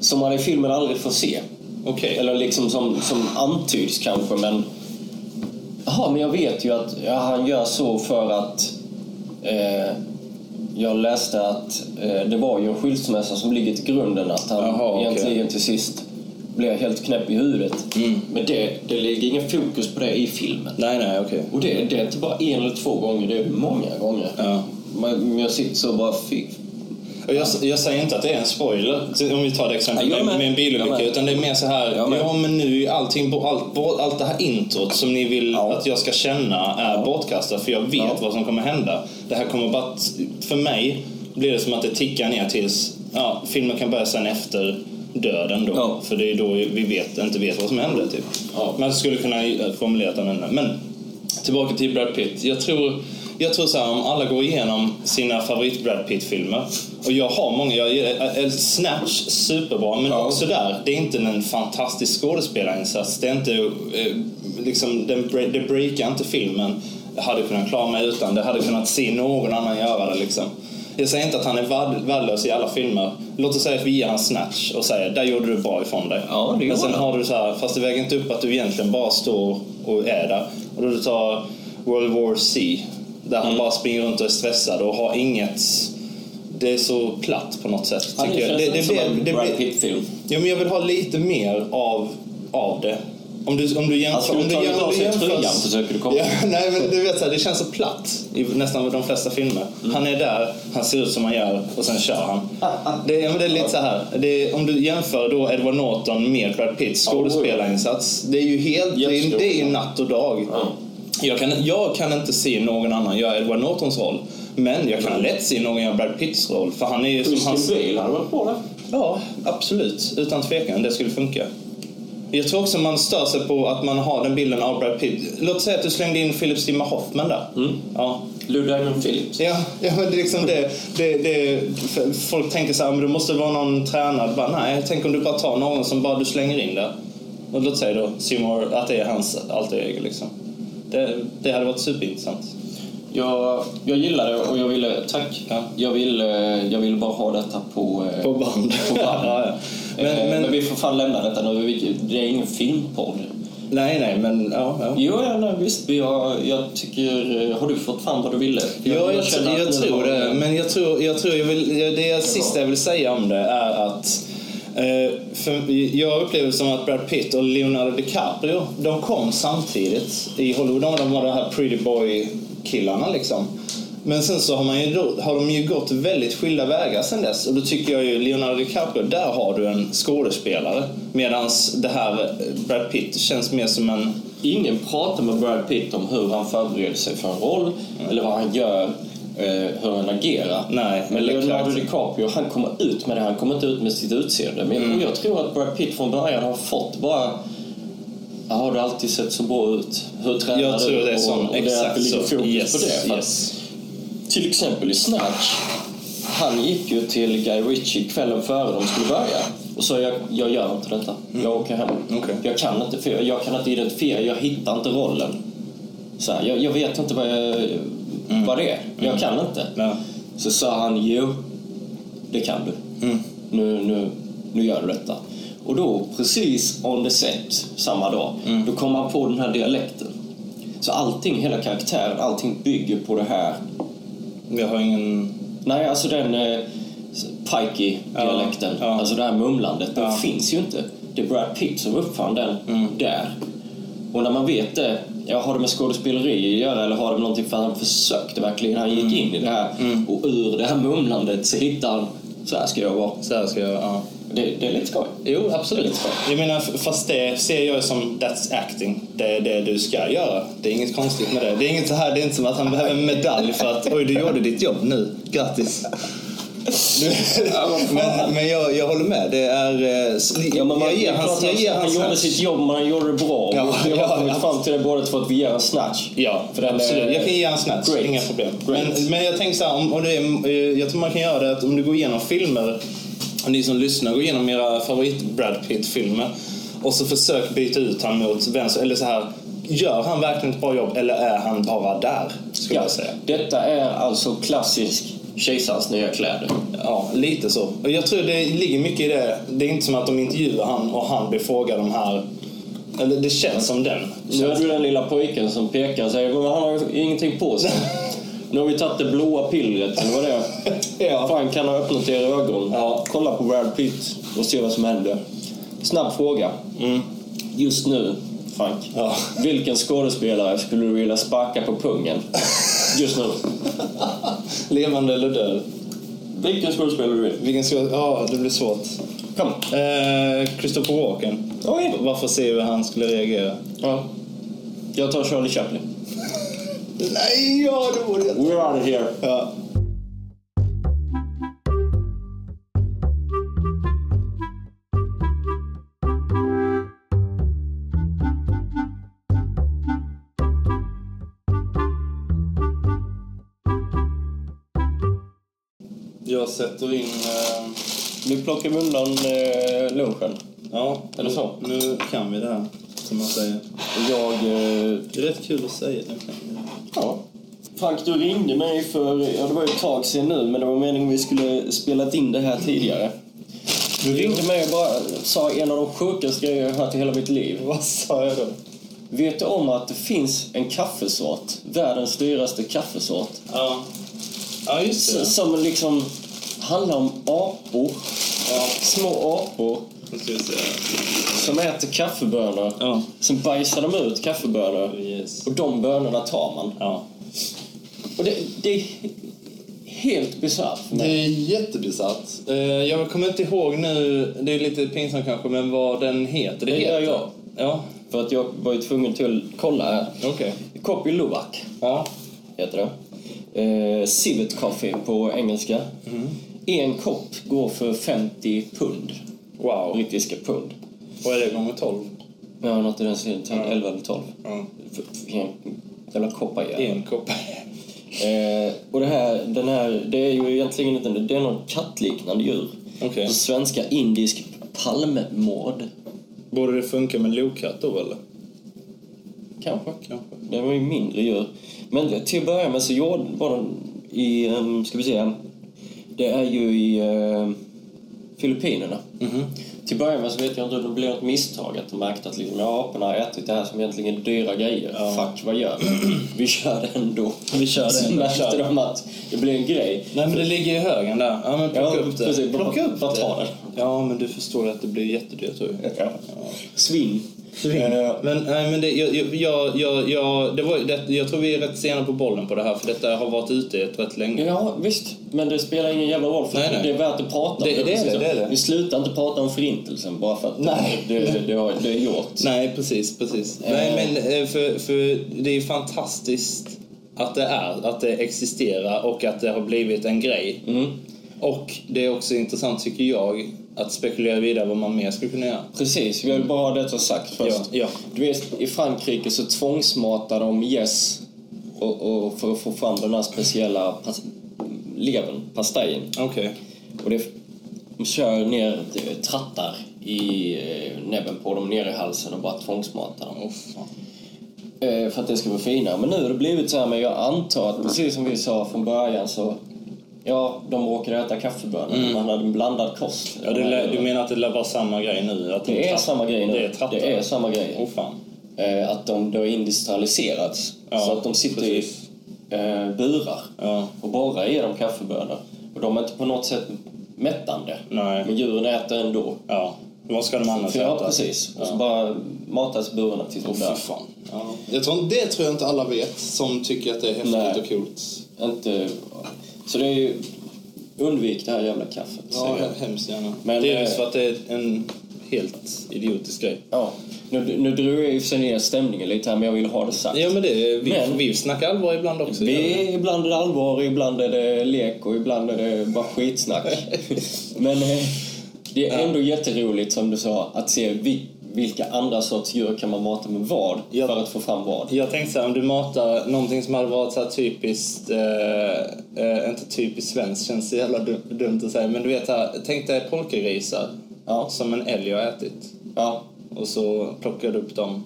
S2: som man i filmen aldrig får se.
S1: Okej.
S2: Eller liksom som, som antyds kanske, men... Jaha, men jag vet ju att ja, han gör så för att... Eh, jag läste att eh, det var ju en skilsmässa som ligger till grunden att han
S1: Jaha, okej.
S2: egentligen till sist blev helt knäpp i huvudet.
S1: Mm.
S2: Men det, det ligger ingen fokus på det i filmen.
S1: Nej, nej, okej.
S2: Och det, det är inte bara en eller två gånger, det är många gånger.
S1: Ja.
S2: Man, jag sitter så och bara... Fy,
S1: Och jag, jag säger inte att det är en spoiler, så om vi tar det exempel
S2: Ja, jag
S1: med,
S2: med.
S1: med en
S2: Jag
S1: bilolycka.
S2: med.
S1: Utan det är mer så här,
S2: Jag med.
S1: ja men nu är allting, bo- allt, bo- allt det här introt som ni vill
S2: Ja.
S1: att jag ska känna är bortkastat. För jag vet
S2: Ja.
S1: vad som kommer hända. Det här kommer bara, att, för mig blir det som att det tickar ner tills, ja filmen kan börja sen efter döden då.
S2: Ja.
S1: För det är då vi vet, inte vet vad som hände typ.
S2: Ja.
S1: Man skulle kunna eh, formulera den annorlunda. Men tillbaka till Brad Pitt. Jag tror, jag tror så här, om alla går igenom sina favorit Brad Pitt-filmer. Och jag har många. Jag, jag, Snatch, superbra. Men
S2: Ja.
S1: också där, det är inte en fantastisk skådespelarinsats. Det är inte, eh, liksom, den, bre- det breakar inte filmen. Jag hade kunnat klara mig utan. Det hade kunnat se någon annan göra det liksom. Jag säger inte att han är värd- värdelös i alla filmer. Låt oss säga att vi ger han Snatch och säger där gjorde du bra ifrån dig.
S2: Ja, det
S1: Men
S2: gjorde
S1: sen
S2: han.
S1: har du så här, fast det väger inte upp att du egentligen bara står och är där. Och då du tar World War C, där
S2: Mm.
S1: han bara springer runt och är stressad och har inget... Det är så platt på något sätt.
S2: Ja, det
S1: tycker jag.
S2: känns
S1: Det,
S2: inte
S1: det,
S2: som
S1: blir-
S2: en
S1: det,
S2: Brad
S1: blir-
S2: Pitt-film.
S1: Jo, men jag vill ha lite mer av, av det. Om du, om du jämför...
S2: Han skulle
S1: om du,
S2: tagit
S1: jäm- om
S2: av
S1: du
S2: sig
S1: jämför-
S2: tröjan, försöker du komma
S1: Ja, [laughs] nej, men du vet, så här, det känns så platt i nästan de flesta filmer.
S2: Mm.
S1: Han är där, han ser ut som han gör och sen kör
S2: [laughs]
S1: han. Det, ja, men det är lite så här. Det är, om du jämför då Edward Norton med Brad Pitts skådespelarinsats. Det är ju helt... Det är, det är ju natt och dag. Jag kan, jag kan inte se någon annan göra Edward Nortons roll. Men jag kan lätt se någon göra Brad Pitts roll. För han är ju som hans...
S2: bil hade varit bra där.
S1: Ja, absolut. Utan tvekan. Det skulle funka. Jag tror också man stör sig på att man har den bilden av Brad Pitt. Låt säga att du slängde in Philip Seymour Hoffman där. Ja.
S2: Lou Diamond Phillips.
S1: Ja, ja, men det är liksom det, det, det, f- folk tänker så här, men det måste vara någon tränad. Bara, nej, tänk om du bara tar någon som bara du slänger in där. Och låt säga då Seymour, att det är hans alter ego liksom. Det, det hade varit superintressant.
S2: Jag, jag gillar det och jag ville... Tack. Jag vill, eh, jag vill bara ha detta på... eh,
S1: På band.
S2: På band.
S1: [laughs] ja, ja.
S2: eh,
S1: Men,
S2: men,
S1: men,
S2: vi får fan lämna detta nu. Vi- Det är ingen filmpodd.
S1: nej, nej, men ja. ja.
S2: Jo, ja, nej, visst. vi har- jag tycker... eh, Har du fått fram vad du ville?
S1: Ja, jag,
S2: känner
S1: jag, jag
S2: att nu
S1: tror
S2: har-
S1: det. Men jag tror, jag tror jag vill, jag- det jag sista jag vill säga om det är att eh, för jag upplever som att Brad Pitt och Leonardo DiCaprio, de kom samtidigt i Hollywood. De var de här pretty boy-killarna liksom. Men sen så har, man ju, då- har de ju gått väldigt skilda vägar sen dess. Och då tycker jag ju Leonardo DiCaprio, där har du en skådespelare. Medan det här eh, Brad Pitt känns mer som en...
S2: Ingen pratar med Brad Pitt om hur han förbereder sig för en roll eller vad han gör. eh, hur han agerar.
S1: Mm. Nej,
S2: men
S1: eller
S2: Leonardo
S1: karaktären.
S2: DiCaprio, han kommer ut med det. Han kommer inte ut med sitt utseende. Men
S1: Mm.
S2: jag- jag tror att Brad Pitt från början har fått bara... "Ah, Har du alltid sett så bra ut? Hur tränar
S1: Jag
S2: du?
S1: tror det är
S2: Och-
S1: sån,
S2: och det är att
S1: exakt
S2: det ligger
S1: så.
S2: fokus på det. För att
S1: yes.
S2: till exempel i Snatch. Han gick ju till Guy Ritchie kvällen före de skulle börja och sa jag, jag gör inte detta. Jag åker hem.
S1: Mm. Okej.
S2: Jag, kan inte, för- jag kan inte identifiera, jag hittar inte rollen. Så här, jag, jag vet inte vad, jag, vad det är. Jag kan inte.
S1: Mm. Ja.
S2: Så sa han jo, det kan du.
S1: Mm.
S2: Nu, nu, nu gör du detta. Och då precis on the set samma dag,
S1: Mm.
S2: då kom han på den här dialekten. Så allting, hela karaktären, allting bygger på det här
S1: Jag har ingen...
S2: Nej, alltså den eh, pikey-dialekten,
S1: Ja, ja.
S2: alltså det här mumlandet, den
S1: Ja. Mm.
S2: finns ju inte. Det är Brad Pitt som uppfann den där. Och när man vet det, ja, har det med skådespeleri att göra eller har det med någonting för han försökte verkligen, han
S1: Mm.
S2: gick in i det här och ur det här mumlandet så hittar han, så här ska jag vara.
S1: Så här ska jag... Ja.
S2: Det, det är lite skoj.
S1: Jo, absolut. Jag menar, f- fast det ser jag som that's acting. Det är det du ska göra. Det är inget konstigt med det. Det är inget så här, det är inte som att han behöver en medalj för att oj, du gjorde ditt jobb nu. Grattis. Du- men men jag, jag håller med. Det är... eh, s-
S2: Ja, men man,
S1: jag ger
S2: det är klart
S1: hans...
S2: att
S1: Jag ger
S2: han
S1: hans
S2: gjorde
S1: chans.
S2: sitt jobb, men han gjorde det bra.
S1: Ja,
S2: vi har
S1: ja,
S2: kommit
S1: ja.
S2: fram till det båda två att vi gör en snatch.
S1: Ja,
S2: För den är-
S1: absolut. Jag kan ge en snatch,
S2: Great.
S1: inga problem.
S2: Great.
S1: Men, men jag tänker så här, om, om det är, eh, jag tror man kan göra det att om du går igenom filmer, och ni som lyssnar, går igenom era favorit Brad Pitt-filmer och så försök byta ut han mot vem som- eller så här, gör han verkligen ett bra jobb eller är han bara där? Skulle
S2: Ja,
S1: jag säga.
S2: detta är alltså klassisk kejsarens nya kläder.
S1: Ja, lite så. Och jag tror det ligger mycket i det. Det är inte som att de intervjuar han och han blir frågad om här, eller det känns som den.
S2: Nu är du den lilla pojken som pekar och säger men han har ju ingenting på sig. Nu har vi tagit det blåa pillret, eller vad det [laughs] är.
S1: Ja.
S2: Fan, kan ha öppnat era ögon?
S1: Ja.
S2: Kolla på Brad Pitt och se vad som händer. Snabb fråga. Mm. Just nu, Frank.
S1: Ja.
S2: Vilken skådespelare skulle du vilja sparka på [laughs] pungen? Just nu.
S1: Levande eller död?
S2: Vilken skådespelare du vill.
S1: Vilken ska... Ja, det blir svårt.
S2: Kom.
S1: Eh, Christopher Walken.
S2: Oj.
S1: Varför se hur han skulle reagera?
S2: Ja. Jag tar Charlie Chaplin.
S1: Nej, ja det borde jag
S2: We're out of here.
S1: ja. Jag sätter in... eh,
S2: Nu plockar vi undan eh, lunchen.
S1: ja,
S2: Eller så.
S1: Nu kan vi det här, som man säger.
S2: Jag... Eh,
S1: Det är rätt kul att säga att man kan det.
S2: ja. Frank, du ringde mig för... Ja, det var ju ett tag sedan nu, men det var meningen vi skulle spelat in det här tidigare. Du ringde mig och bara sa en av de sjukaste grejer jag hört i hela mitt liv.
S1: [laughs] Vad sa jag då?
S2: Vet du om att det finns en kaffesort, världens dyraste kaffesort,
S1: Ja. Ja, just
S2: s- som liksom handlar om apor,
S1: Ja.
S2: små apor,
S1: Nu ska vi se.
S2: som äter kaffebönor.
S1: Ja.
S2: Sen bajsar de ut kaffebönor.
S1: Yes.
S2: Och de bönorna tar man.
S1: Ja.
S2: Och det, det är he- helt bisarrt för
S1: Det
S2: mig.
S1: är jättebesatt. Eh, Jag kommer inte ihåg nu, det är lite pinsamt kanske, men vad den heter.
S2: Det
S1: heter.
S2: gör jag.
S1: Ja,
S2: För att jag var ju tvungen till att kolla här.
S1: okej.
S2: Kopi Luwak
S1: Ja.
S2: heter det. Eh, civet coffee på engelska.
S1: Mm.
S2: En kopp går för 50 pund.
S1: Wow.
S2: Brittiska pund.
S1: Vad är det gånger 12?
S2: Ja, något i den stilen. 12, 11 eller 12.
S1: Ja.
S2: För- för En jävla koppar ja.
S1: En [laughs] kopp.
S2: Eh, och det här, den här, det är ju egentligen inte, det är någon kattliknande djur.
S1: Okej.
S2: På svenska indisk palmmård.
S1: Borde det funka med lokatt då eller?
S2: Kanske.
S1: Kanske.
S2: Det var ju mindre djur. Men till att börja med så gjorde var den i, ehm, ska vi se, det är ju i ehm, Filippinerna.
S1: Mhm.
S2: Till att börja med så vet jag inte om det blev något misstag att de märkte att liksom, ja, aporna har ätit det här som egentligen är dyra grejer. Fuck, vad gör
S1: [clears throat]
S2: vi? Vi kör det ändå.
S1: Vi kör det
S2: Så
S1: ändå,
S2: märkte
S1: kör.
S2: de att det blev en grej.
S1: Nej men det ligger i högen där. Ja men plocka
S2: Ja,
S1: upp det.
S2: precis. Bara- bara ta den.
S1: Ja men du förstår att det blir jättedyrt tror jag.
S2: Ja. Svinn. Eh,
S1: Men, nej, men det, jag, jag- jag, jag, jag, det var, det, jag tror vi är rätt sena på bollen på det här för detta har varit ute ett rätt länge.
S2: Ja, visst. Men det spelar ingen jävla roll för
S1: Nej, nej.
S2: det är värt att prata
S1: Det-
S2: om
S1: det är det, det är det.
S2: Vi slutar inte prata om förintelsen bara för att
S1: Nej.
S2: Det, det, det, har, det är gjort.
S1: Nej, precis, precis.
S2: Eh.
S1: Nej, men eh, för, för det är fantastiskt att det är, att det existerar och att det har blivit en grej.
S2: Mm.
S1: Och det är också intressant, tycker jag, att spekulera vidare vad man mer skulle kunna göra.
S2: Precis, vi vill bara ha detta sagt först.
S1: Mm. Ja, ja.
S2: Du vet, i Frankrike så tvångsmatar de gäss och, och för att få fram den här speciella pas- levern, pastejen.
S1: Okej.
S2: Och det, de kör ner eh, trattar i eh, näbben på dem, ner i halsen och bara tvångsmatar dem. Eh, För att det ska vara finare. Men nu har det blivit så här, men jag antar
S1: Mm.
S2: att precis som vi sa från början så Ja, de råkade äta kaffebönor. Man hade en blandad kost.
S1: Mm. Ja, det lär, du menar att det lär vara samma grej nu? Att
S2: Det är
S1: trapp-
S2: samma grej nu.
S1: Det är trappor?
S2: Typ Det är samma grej.
S1: Åh fan.
S2: Eh, att de då industrialiserats.
S1: Ja,
S2: så att de sitter
S1: precis.
S2: i eh, burar
S1: Ja.
S2: och bara ger dem kaffebönor. Och de är inte på något sätt mättande.
S1: Nej.
S2: Men djuren äter ändå.
S1: Ja. Vad ska de annars
S2: Ja, precis. Och så bara matas burarna tills de dör.
S1: fan. Ja. Jag tror, det tror jag inte alla vet som tycker att det är häftigt
S2: Nej.
S1: och coolt.
S2: Inte... Så det är ju... Undvik det här jävla kaffet.
S1: Ja,
S2: säger jag.
S1: hemskt gärna.
S2: Men,
S1: Dels
S2: eh,
S1: för att det är en helt idiotisk grej.
S2: ja. Nu, nu drog jag i och för sig ner stämningen lite här, men jag vill ha det sagt.
S1: Ja, men det, vi,
S2: Men-
S1: vi snackar allvar ibland också.
S2: Vi, ibland är det allvar, ibland är det lek och ibland är det bara
S1: [laughs]
S2: skitsnack. Men eh, det är ändå jätteroligt, som du sa, att se vi, vilka andra sorts djur kan man mata med vad
S1: Ja.
S2: för att få fram vad.
S1: Jag tänkte såhär, om du matar någonting som hade varit såhär typiskt, eh, eh, inte typiskt svenskt, känns så jävla du, dumt att säga, men du vet såhär, tänk dig polkagrisar
S2: Ja.
S1: som en älg har ätit.
S2: Ja,
S1: Och så plockar du upp dem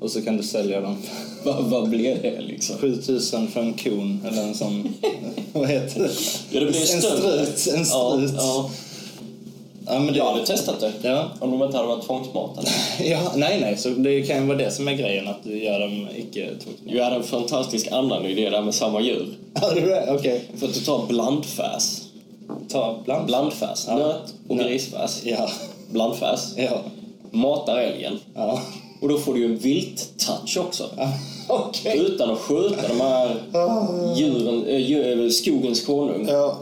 S1: och så kan du sälja dem. [laughs]
S2: vad, vad blev det liksom?
S1: 7000 för en kon eller en
S2: [laughs]
S1: sån, vad heter det?
S2: Ja, det blir
S1: en
S2: större.
S1: strut. En
S2: Ja,
S1: strut.
S2: ja.
S1: Ja, men det,
S2: Jag hade testat det.
S1: Ja. [laughs]
S2: Om de inte hade varit tvångsmatade.
S1: ja, nej, nej, så det kan ju vara det som är grejen, att du gör dem icke [laughs] tvångsmatade.
S2: Jag hade en fantastisk annan idé där med samma djur.
S1: Hade du det? Okej.
S2: För att du tar blandfärs.
S1: Ta bland.
S2: Blandfärs.
S1: Ja.
S2: Nöt och
S1: Nöt.
S2: grisfärs.
S1: Ja.
S2: Blandfärs.
S1: Ja.
S2: Matar älgen.
S1: Ja. [laughs]
S2: Och då får du ju en vilt-touch också.
S1: Okej.
S2: Utan att skjuta de här djuren, äh, djur, skogens konung.
S1: Ah. Ja.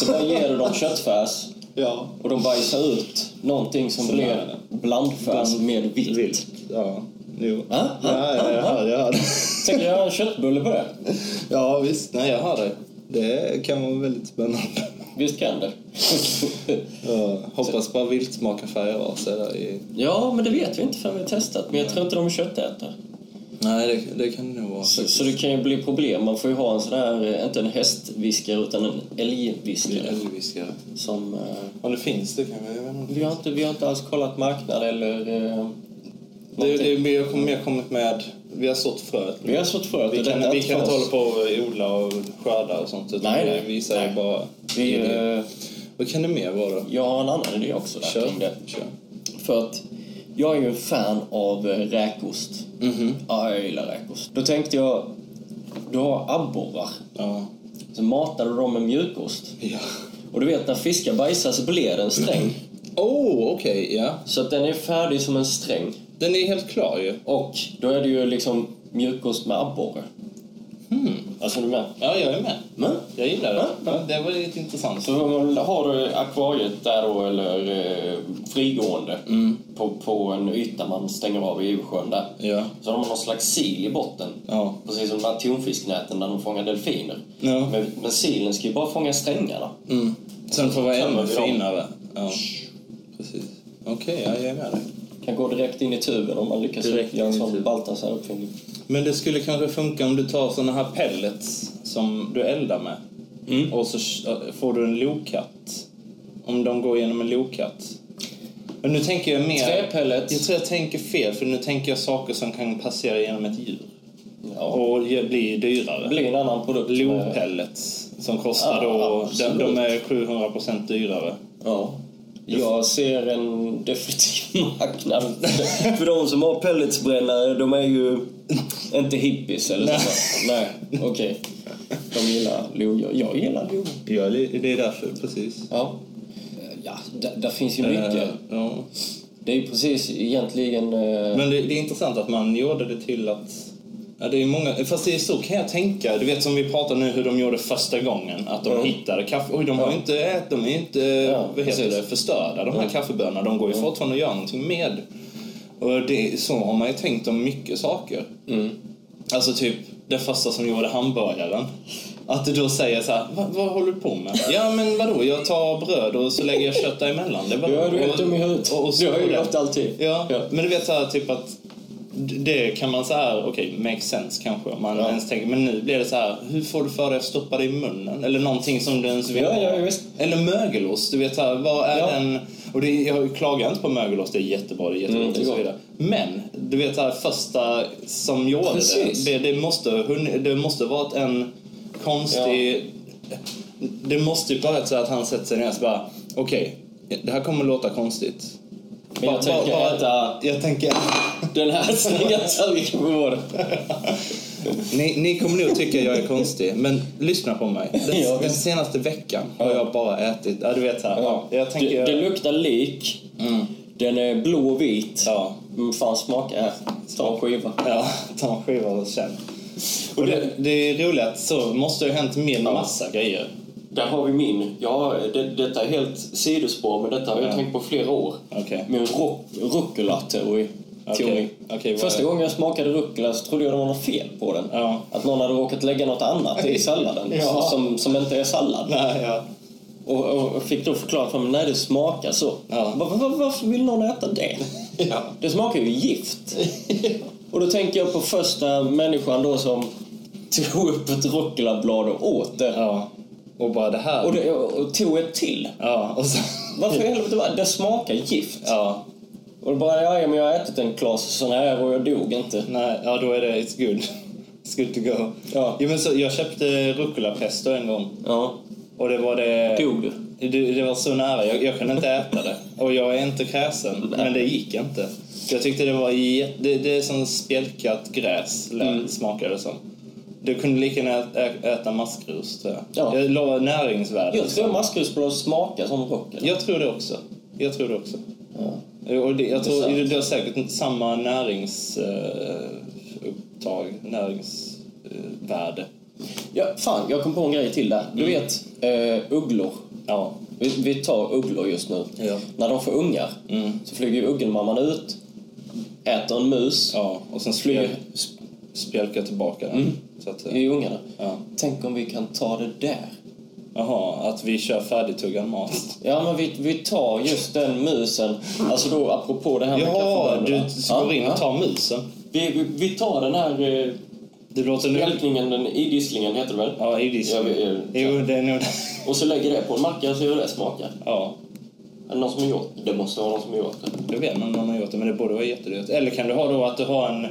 S2: Så bara ger du dem köttfärs
S1: Ja.
S2: och de bajsar ut någonting som blir blandfärs med vilt.
S1: Vilt. Ja. Jo.
S2: Ah, ah,
S1: ja, ja, jag
S2: ah,
S1: hör, jag hör [laughs] det.
S2: Tänker jag göra en köttbulle på det?
S1: Ja, visst. Nej, jag hör det. Det kan vara väldigt spännande.
S2: Visst kan det? [laughs]
S1: Ja, [laughs] hoppas bara vilt smakar färger av sig där i...
S2: ja, men det vet vi inte förrän vi har testat. Men jag tror inte de är köttätare.
S1: Nej, det, det kan det nog vara.
S2: Så, så det kan ju bli problem. Man får ju ha en sån här, eh, inte en hästviskare utan en
S1: Det är
S2: älgviskare.
S1: älgviskare.
S2: Som... eh,
S1: Om det finns, det kan vi... Jag vet inte.
S2: Vi har inte, vi har inte alls kollat marknad eller... Eh,
S1: Det, det, vi har kommit- vi har kommit med... Vi har sått fröet.
S2: vi har svårt för att
S1: Vi
S2: det
S1: kan,
S2: är
S1: vi
S2: inte
S1: kan
S2: för
S1: inte
S2: oss.
S1: hålla på och odla och skörda och sånt. utan
S2: Nej,
S1: vi
S2: nej.
S1: visar ju
S2: Nej.
S1: bara...
S2: Vi, eh,
S1: Vad kan det mer vara då?
S2: jag har en annan idé också där
S1: Kör.
S2: kring det.
S1: Kör.
S2: För att jag är ju en fan av eh, räkost.
S1: Mhm.
S2: Ja, jag gillar räkost. Då tänkte jag, du har abborrar.
S1: Ja.
S2: Så matar du dem med mjukost.
S1: Ja.
S2: Och du vet, när fiskar bajsar så blir det en
S1: Mhm.
S2: sträng.
S1: Oh, okej. Ja.
S2: Så att den är färdig som en sträng.
S1: Den är helt klar ju.
S2: Och då är det ju liksom mjukost med abborre.
S1: Mhm.
S2: Alltså, är du med?
S1: Ja, jag är med.
S2: Men?
S1: Jag gillar det.
S2: Ja, ja.
S1: Det var lite intressant.
S2: Så har du akvariet där då, eller eh, frigående,
S1: Mm.
S2: på, på en yta man stänger av i Uvsjön där.
S1: Ja.
S2: Så har man någon slags sil i botten.
S1: Ja.
S2: Precis som de här tonfisknäten när de fångar delfiner.
S1: Ja.
S2: Men, men silen ska ju bara fånga strängarna.
S1: Mm. Sen får vara
S2: Tömmer
S1: ännu
S2: vi dem.
S1: finare. Ja. Precis. Okej, ja, jag är med dig.
S2: Kan gå direkt in i tuben om man lyckas
S1: Direkt
S2: göra en
S1: in i
S2: sån
S1: tuben.
S2: Baltasar-uppfinning.
S1: Men det skulle kanske funka om du tar såna här pellets som du eldar med. Och så sh- får du en lokatt. Om de går igenom en lokatt. Men nu tänker jag mer...
S2: Träpellets.
S1: Jag tror jag tänker fel, för nu tänker jag saker som kan passera genom ett djur.
S2: Ja.
S1: Och ge- bli
S2: Det
S1: dyrare.
S2: blir en annan produkt. med-
S1: Lodpellets som kostar
S2: Ja,
S1: då...
S2: absolut.
S1: De, de är 700% dyrare.
S2: Ja. Jag ser en definitiv [laughs] marknad. För de som har pelletsbrännare, de är ju inte hippies eller så. Nej, okej. De gillar lodjur. Jag gillar lodjur.
S1: Ja, det det är därför. Precis.
S2: Ja. Ja, där, där finns ju mycket.
S1: Eh, ja.
S2: Det är ju precis egentligen... eh,
S1: Men det, det är intressant att man gjorde det till att... Ja, det är många, fast det är så kan jag tänka. Du vet som vi pratade nu hur de gjorde första gången. Att de
S2: Mm.
S1: hittade kaffe. Oj, de har ju inte ätit, de är ju inte vad heter
S2: precis. Mm.
S1: det, förstörda de här kaffebönorna. De går ju fortfarande att göra någonting
S2: Mm.
S1: med. Och det, så har man ju tänkt om mycket saker. Alltså typ, den första som gjorde hamburgaren. Att du då säger så här, "Va- vad håller du på med? Ja men vadå, jag tar bröd och så lägger jag kött däremellan. Det är bara-
S2: Ja, du är helt dum i huvudet.
S1: och- och så
S2: Du har
S1: på
S2: ju
S1: det.
S2: gjort alltid.
S1: Ja,
S2: Ja.
S1: men du vet så här typ att d- det kan man så här, okej, make sense kanske om man ens tänker, men nu blir det så här, hur får du för dig att stoppa det i munnen? Eller någonting som du ens vill
S2: Ja,
S1: ha.
S2: ja, visst.
S1: Eller mögelost, du vet så här, vad är
S2: Ja.
S1: den? Och det, jag klagar inte på mögelost, det är jättebra, det är
S2: Mm,
S1: jättegott och så vidare. Men, du vet så här, första som gjorde
S2: Precis.
S1: det, det, det måste hun- det måste varit en konstig... Det måste ju varit så att han sätter sig ner och så bara, okej, det här kommer låta konstigt.
S2: Men jag tänker äta
S1: Jag tänker...
S2: den [laughs] här snygga tallriken på vården.
S1: Ni, ni kommer nog tycka jag är konstig, men lyssna på
S2: [laughs]
S1: mig. Den,
S2: Ja,
S1: den senaste veckan har jag bara ätit... Ja, du vet så här. Ja. Jag tänker...
S2: Det, det luktar lik. Den är blå och vit.
S1: ja.
S2: Mm, fan, smaka här. Ta en skiva.
S1: ja, ta en skiva och känn. Och det, det är roligt att så måste det ha hänt min massa grejer.
S2: Där har vi min. Ja, det, detta är helt sidospår, men detta har jag tänkt på flera år.
S1: Okej.
S2: Min ro- rucola-teori. teori.
S1: Okej, vad är
S2: Första
S1: det?
S2: gången jag smakade rucola så trodde jag det var något fel på den.
S1: Ja.
S2: Att någon hade råkat lägga något annat [laughs] i salladen
S1: Ja.
S2: som, som inte är sallad.
S1: Nej, [laughs] ja.
S2: Och, och, och fick då förklarat för mig, nej det smakar så.
S1: Ja.
S2: Va- va- varför vill någon äta det?
S1: ja.
S2: Det smakar ju gift. Och då tänker jag på första människan då som tog upp ett rucolablad och åt det.
S1: Ja. Och bara det här.
S2: Och, det, och tog ett till.
S1: Ja, och så...
S2: Varför i helvete? var- Det smakar gift.
S1: Ja.
S2: Och då bara, ja, ja, men jag har ätit en glas sån här och jag dog inte.
S1: Nej, ja då är det it's good. It's good to go.
S2: Ja.
S1: Jo, men så, jag köpte rucola-pesto en gång.
S2: Ja.
S1: Och det var det...
S2: Dog du?
S1: Det, det var så nära. Jag, jag kunde inte äta det. Och jag är inte kräsen, men det gick inte. Jag tyckte det var jätte... Det, det är som spjälkat gräs, lät-
S2: Mm.
S1: smakade det som. Du kunde lika gärna ä, ä, äta maskrus, tror jag.
S2: Ja.
S1: Det la näringsvärde.
S2: Jag tror maskrosblad smakar som rucola.
S1: Jag tror det också. Jag tror det också. Och det, jag tror, det,
S2: Intressant.
S1: det har säkert inte samma eh, näringsupptag, näringsvärde.
S2: Ja, fan, jag kom på en grej till där. Du vet, eh, ugglor.
S1: Ja.
S2: Vi, vi tar ugglor just nu.
S1: Ja.
S2: När de får ungar så flyger ju uggelmamman ut, äter en mus,
S1: ja. Och sen
S2: flyger
S1: spjäl- spjälkar tillbaka den. Så att, eh,
S2: Mm. i ungarna.
S1: Ja.
S2: Tänk om vi kan ta det där.
S1: Jaha, att vi kör färdigtuggad mat.
S2: Ja, men vi, vi tar just den musen. Alltså då, apropå det här med
S1: Jaha, du
S2: kaffebönnorna.
S1: går in
S2: Ja,
S1: och tar musen.
S2: Vi, vi, vi tar den här eh,
S1: Det låter nu...
S2: mjölkningen, den idisslingen heter det väl?
S1: Ja, idis.
S2: Ja, vi- ja.
S1: Jo, det är
S2: [laughs]
S1: nog...
S2: Och så lägger det på en macka och ser hur det smakar.
S1: Ja,
S2: Är det någon som har gjort det? Det måste vara någon som har gjort det.
S1: Jag vet inte om någon har gjort det, men det borde vara jättedyrt. Eller kan du ha då att du har en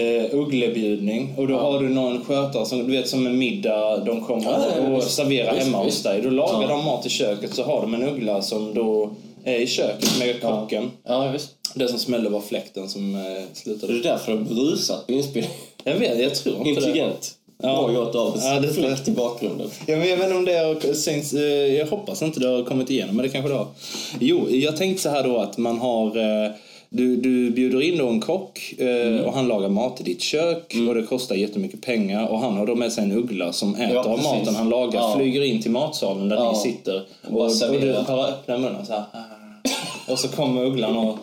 S1: eh, ugglebjudning och då har du någon skötare som, du vet som en middag de kommer
S2: Ja, ja, ja,
S1: och
S2: visst.
S1: serverar
S2: Visst,
S1: hemma hos
S2: visst.
S1: dig. Då lagar
S2: Ja.
S1: de mat i köket så har de en uggla som då är i köket med kocken.
S2: Ja, visst.
S1: Det som smällde var fläkten som eh,
S2: Det är
S1: slutade.
S2: därför det har brusat på inspelningen.
S1: Jag vet, jag tror inte det.
S2: Intelligent. Bra gjort av oss.
S1: Ja, det-
S2: Fläkt i bakgrunden.
S1: Ja, men jag vet inte om det har syns, eh, Jag hoppas inte det har kommit igenom, men det kanske det har. Jo, jag tänkte så här då att man har... eh, Du, du bjuder in då en kock eh,
S2: Mm.
S1: och han lagar mat i ditt kök och det kostar jättemycket pengar och han har då med sig en uggla som äter av
S2: precis.
S1: maten han lagar,
S2: Ja.
S1: flyger in till matsalen där
S2: Ja.
S1: ni sitter och,
S2: Bara
S1: och du
S2: serverar.
S1: bara öppnar munnen så
S2: [laughs]
S1: här. "Ah." Och så kommer ugglan och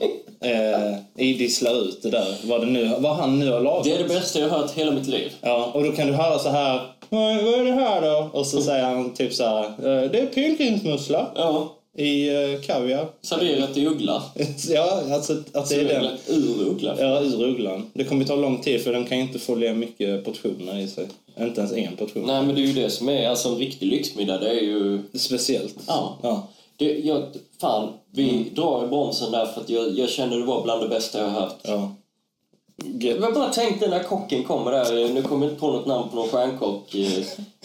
S1: eh, idisslar ut det där, vad, det nu, vad han nu har lagat.
S2: Det är det bästa jag har hört hela mitt liv.
S1: Ja, och då kan du höra så här. "Vad vad är det här då? Och så säger han typ så här. "Eh, Det är pilgrimsmussla
S2: Ja.
S1: i eh, kaviar. [laughs]
S2: Serverat i uggla.
S1: ja, alltså att det är den.
S2: Ur uggla.
S1: Ja, ur ugglan. Det kommer ta lång tid för den kan ju inte få lika mycket portioner i sig. Inte ens en portion.
S2: Nej, men det är ju det som är alltså en riktig lyxmiddag. Det är ju...
S1: Speciellt.
S2: Ja. Mm.
S1: Ja.
S2: Det, jag, fan, vi drar i bromsen där för att jag, jag kände det var bland det bästa jag har hört.
S1: ja.
S2: Jag har bara tänkt den där kocken kommer där. eh, Nu kommer jag inte på något namn på någon stjärnkock. eh,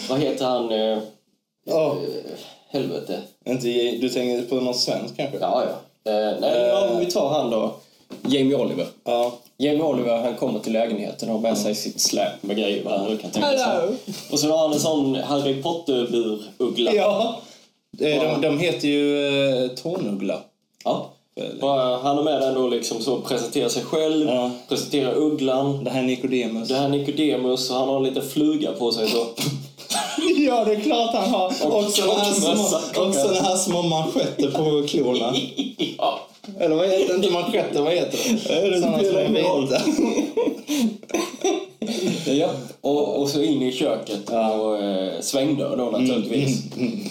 S2: Vad heter han? eh,
S1: Ja,
S2: Helvete.
S1: inte, ge- du tänker på någon svensk kanske?
S2: Ja, ja. Eh, nej, ja, men vi tar han då. Jamie Oliver.
S1: Ja.
S2: Jamie Oliver han kommer till lägenheten och har med sig sitt släp med grejer vad han nu kan tänka sig. Och så har han en sån Harry Potter-bur-uggla.
S1: ja. Eh, De, de heter ju eh, tånuggla.
S2: Ja. Bara, han har med den då liksom så presenterar sig själv,
S1: Ja.
S2: presenterar ugglan.
S1: Det här är Nicodemus.
S2: Det här är Nicodemus och han har en liten fluga på sig så.
S1: [laughs] Ja, det är klart han har.
S2: Och
S1: Och såna här
S2: kockmössa.
S1: små, och såna här små manschetter på klorna.
S2: [laughs] ja.
S1: Eller vad heter det?
S2: [laughs]
S1: Inte manschetter, vad heter det? Såna som är vita.
S2: Det Ja, och, och så in i köket och eh, svängdörr då naturligtvis.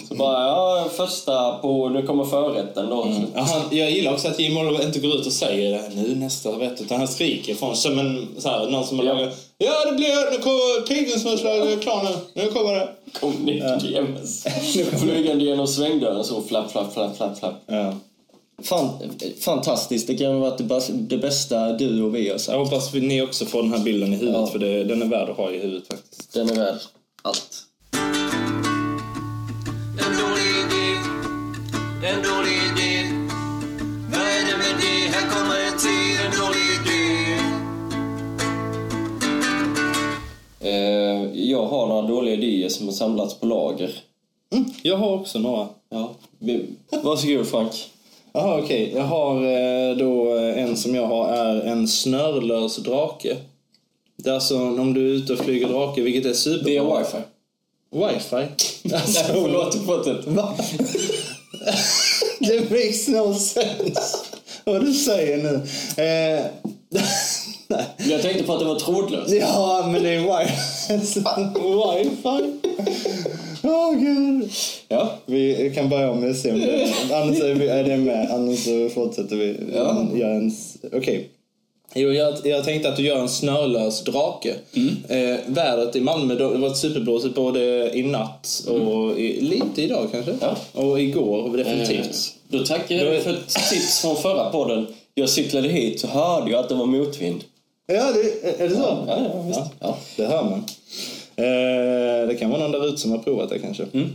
S2: Så bara, ja, första på, nu kommer förrätten då.
S1: Ja, han, jag gillar också att Jim Oliver inte går ut och säger det här, nu nästa rätt, utan han skriker från som en, så här, någon som har
S2: Ja.
S1: lagat Ja, det blir, nu kommer pilgrimsmusslan, det är klar nu, nu kommer det.
S2: Kom Nick James. Flygande genom svängdörren så flapp, flapp, flapp, flapp, flapp.
S1: Ja.
S6: Fan, fantastiskt, det kan ha varit det bas- det bästa du och vi har sagt.
S1: Jag hoppas vi- ni också får den här bilden i huvudet, för det, den är värd att ha i huvudet faktiskt.
S2: Den är värd allt.
S7: En dålig idé, en dålig idé. Vad är det med det? Här kommer en till, en dålig idé.
S2: Eh, jag har några dåliga idéer som har samlats på lager.
S1: Jag har också några.
S2: Ja. vi- Varsågod Frank.
S1: Jaha, okej. Jag har eh, då eh, en som jag har är en snörlös drake. Det är alltså om du är ute och flyger drake, vilket är
S2: Det
S1: superbra.
S2: är wifi.
S1: Wifi. Alltså,
S2: [laughs] Förlåt fortsätt.
S1: Va? Det makes no sense. Vad du säger nu. Eh, [laughs]
S2: Men Jag tänkte på att det var trådlöst.
S1: ja, men det är wi- [laughs] wifi. Åh gud.
S2: Ja.
S1: Vi kan börja om och se om det [laughs] annars är, vi, är det med. Annars så fortsätter vi.
S2: Ja.
S1: Gör en s- Okej. Jo, jag, jag tänkte att du gör en snörlös drake. Eh, vädret i Malmö då, det var superblåsigt både i natt och i, lite idag kanske.
S2: Ja.
S1: Och igår definitivt.
S2: Eh, Då tackar jag dig för ett tips från förra podden. Jag cyklade hit så hörde jag att det var motvind.
S1: Eh. Ja, det, är det så?
S2: Ja, ja, visst. Ja.
S1: Det hör man. Eh, det kan vara någon där ute som har provat det kanske.
S2: Mm.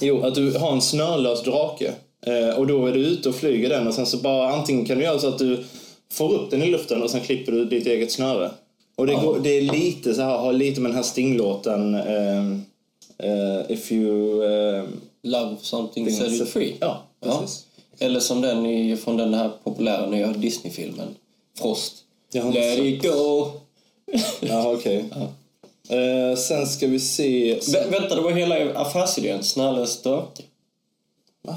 S1: Jo, att du har en snörlös drake. Eh, och då är du ute och flyger den och sen så bara antingen kan du göra så att du får upp den i luften och sen klipper du ditt eget snöre. Och det, går, det är lite så här, har lite med den här Sting-låten ehm, eh, If you... ehm,
S2: Love something set you free.
S1: Ja, precis.
S2: Eller som den i, från den här populära nya Disney-filmen. Frost.
S1: Jag har inte
S2: Let
S1: sett.
S2: it go.
S1: Jaha, okej. Eh, sen ska vi se...
S2: Vä- vänta, det var hela affärsidén. Snällös drake.
S1: Va?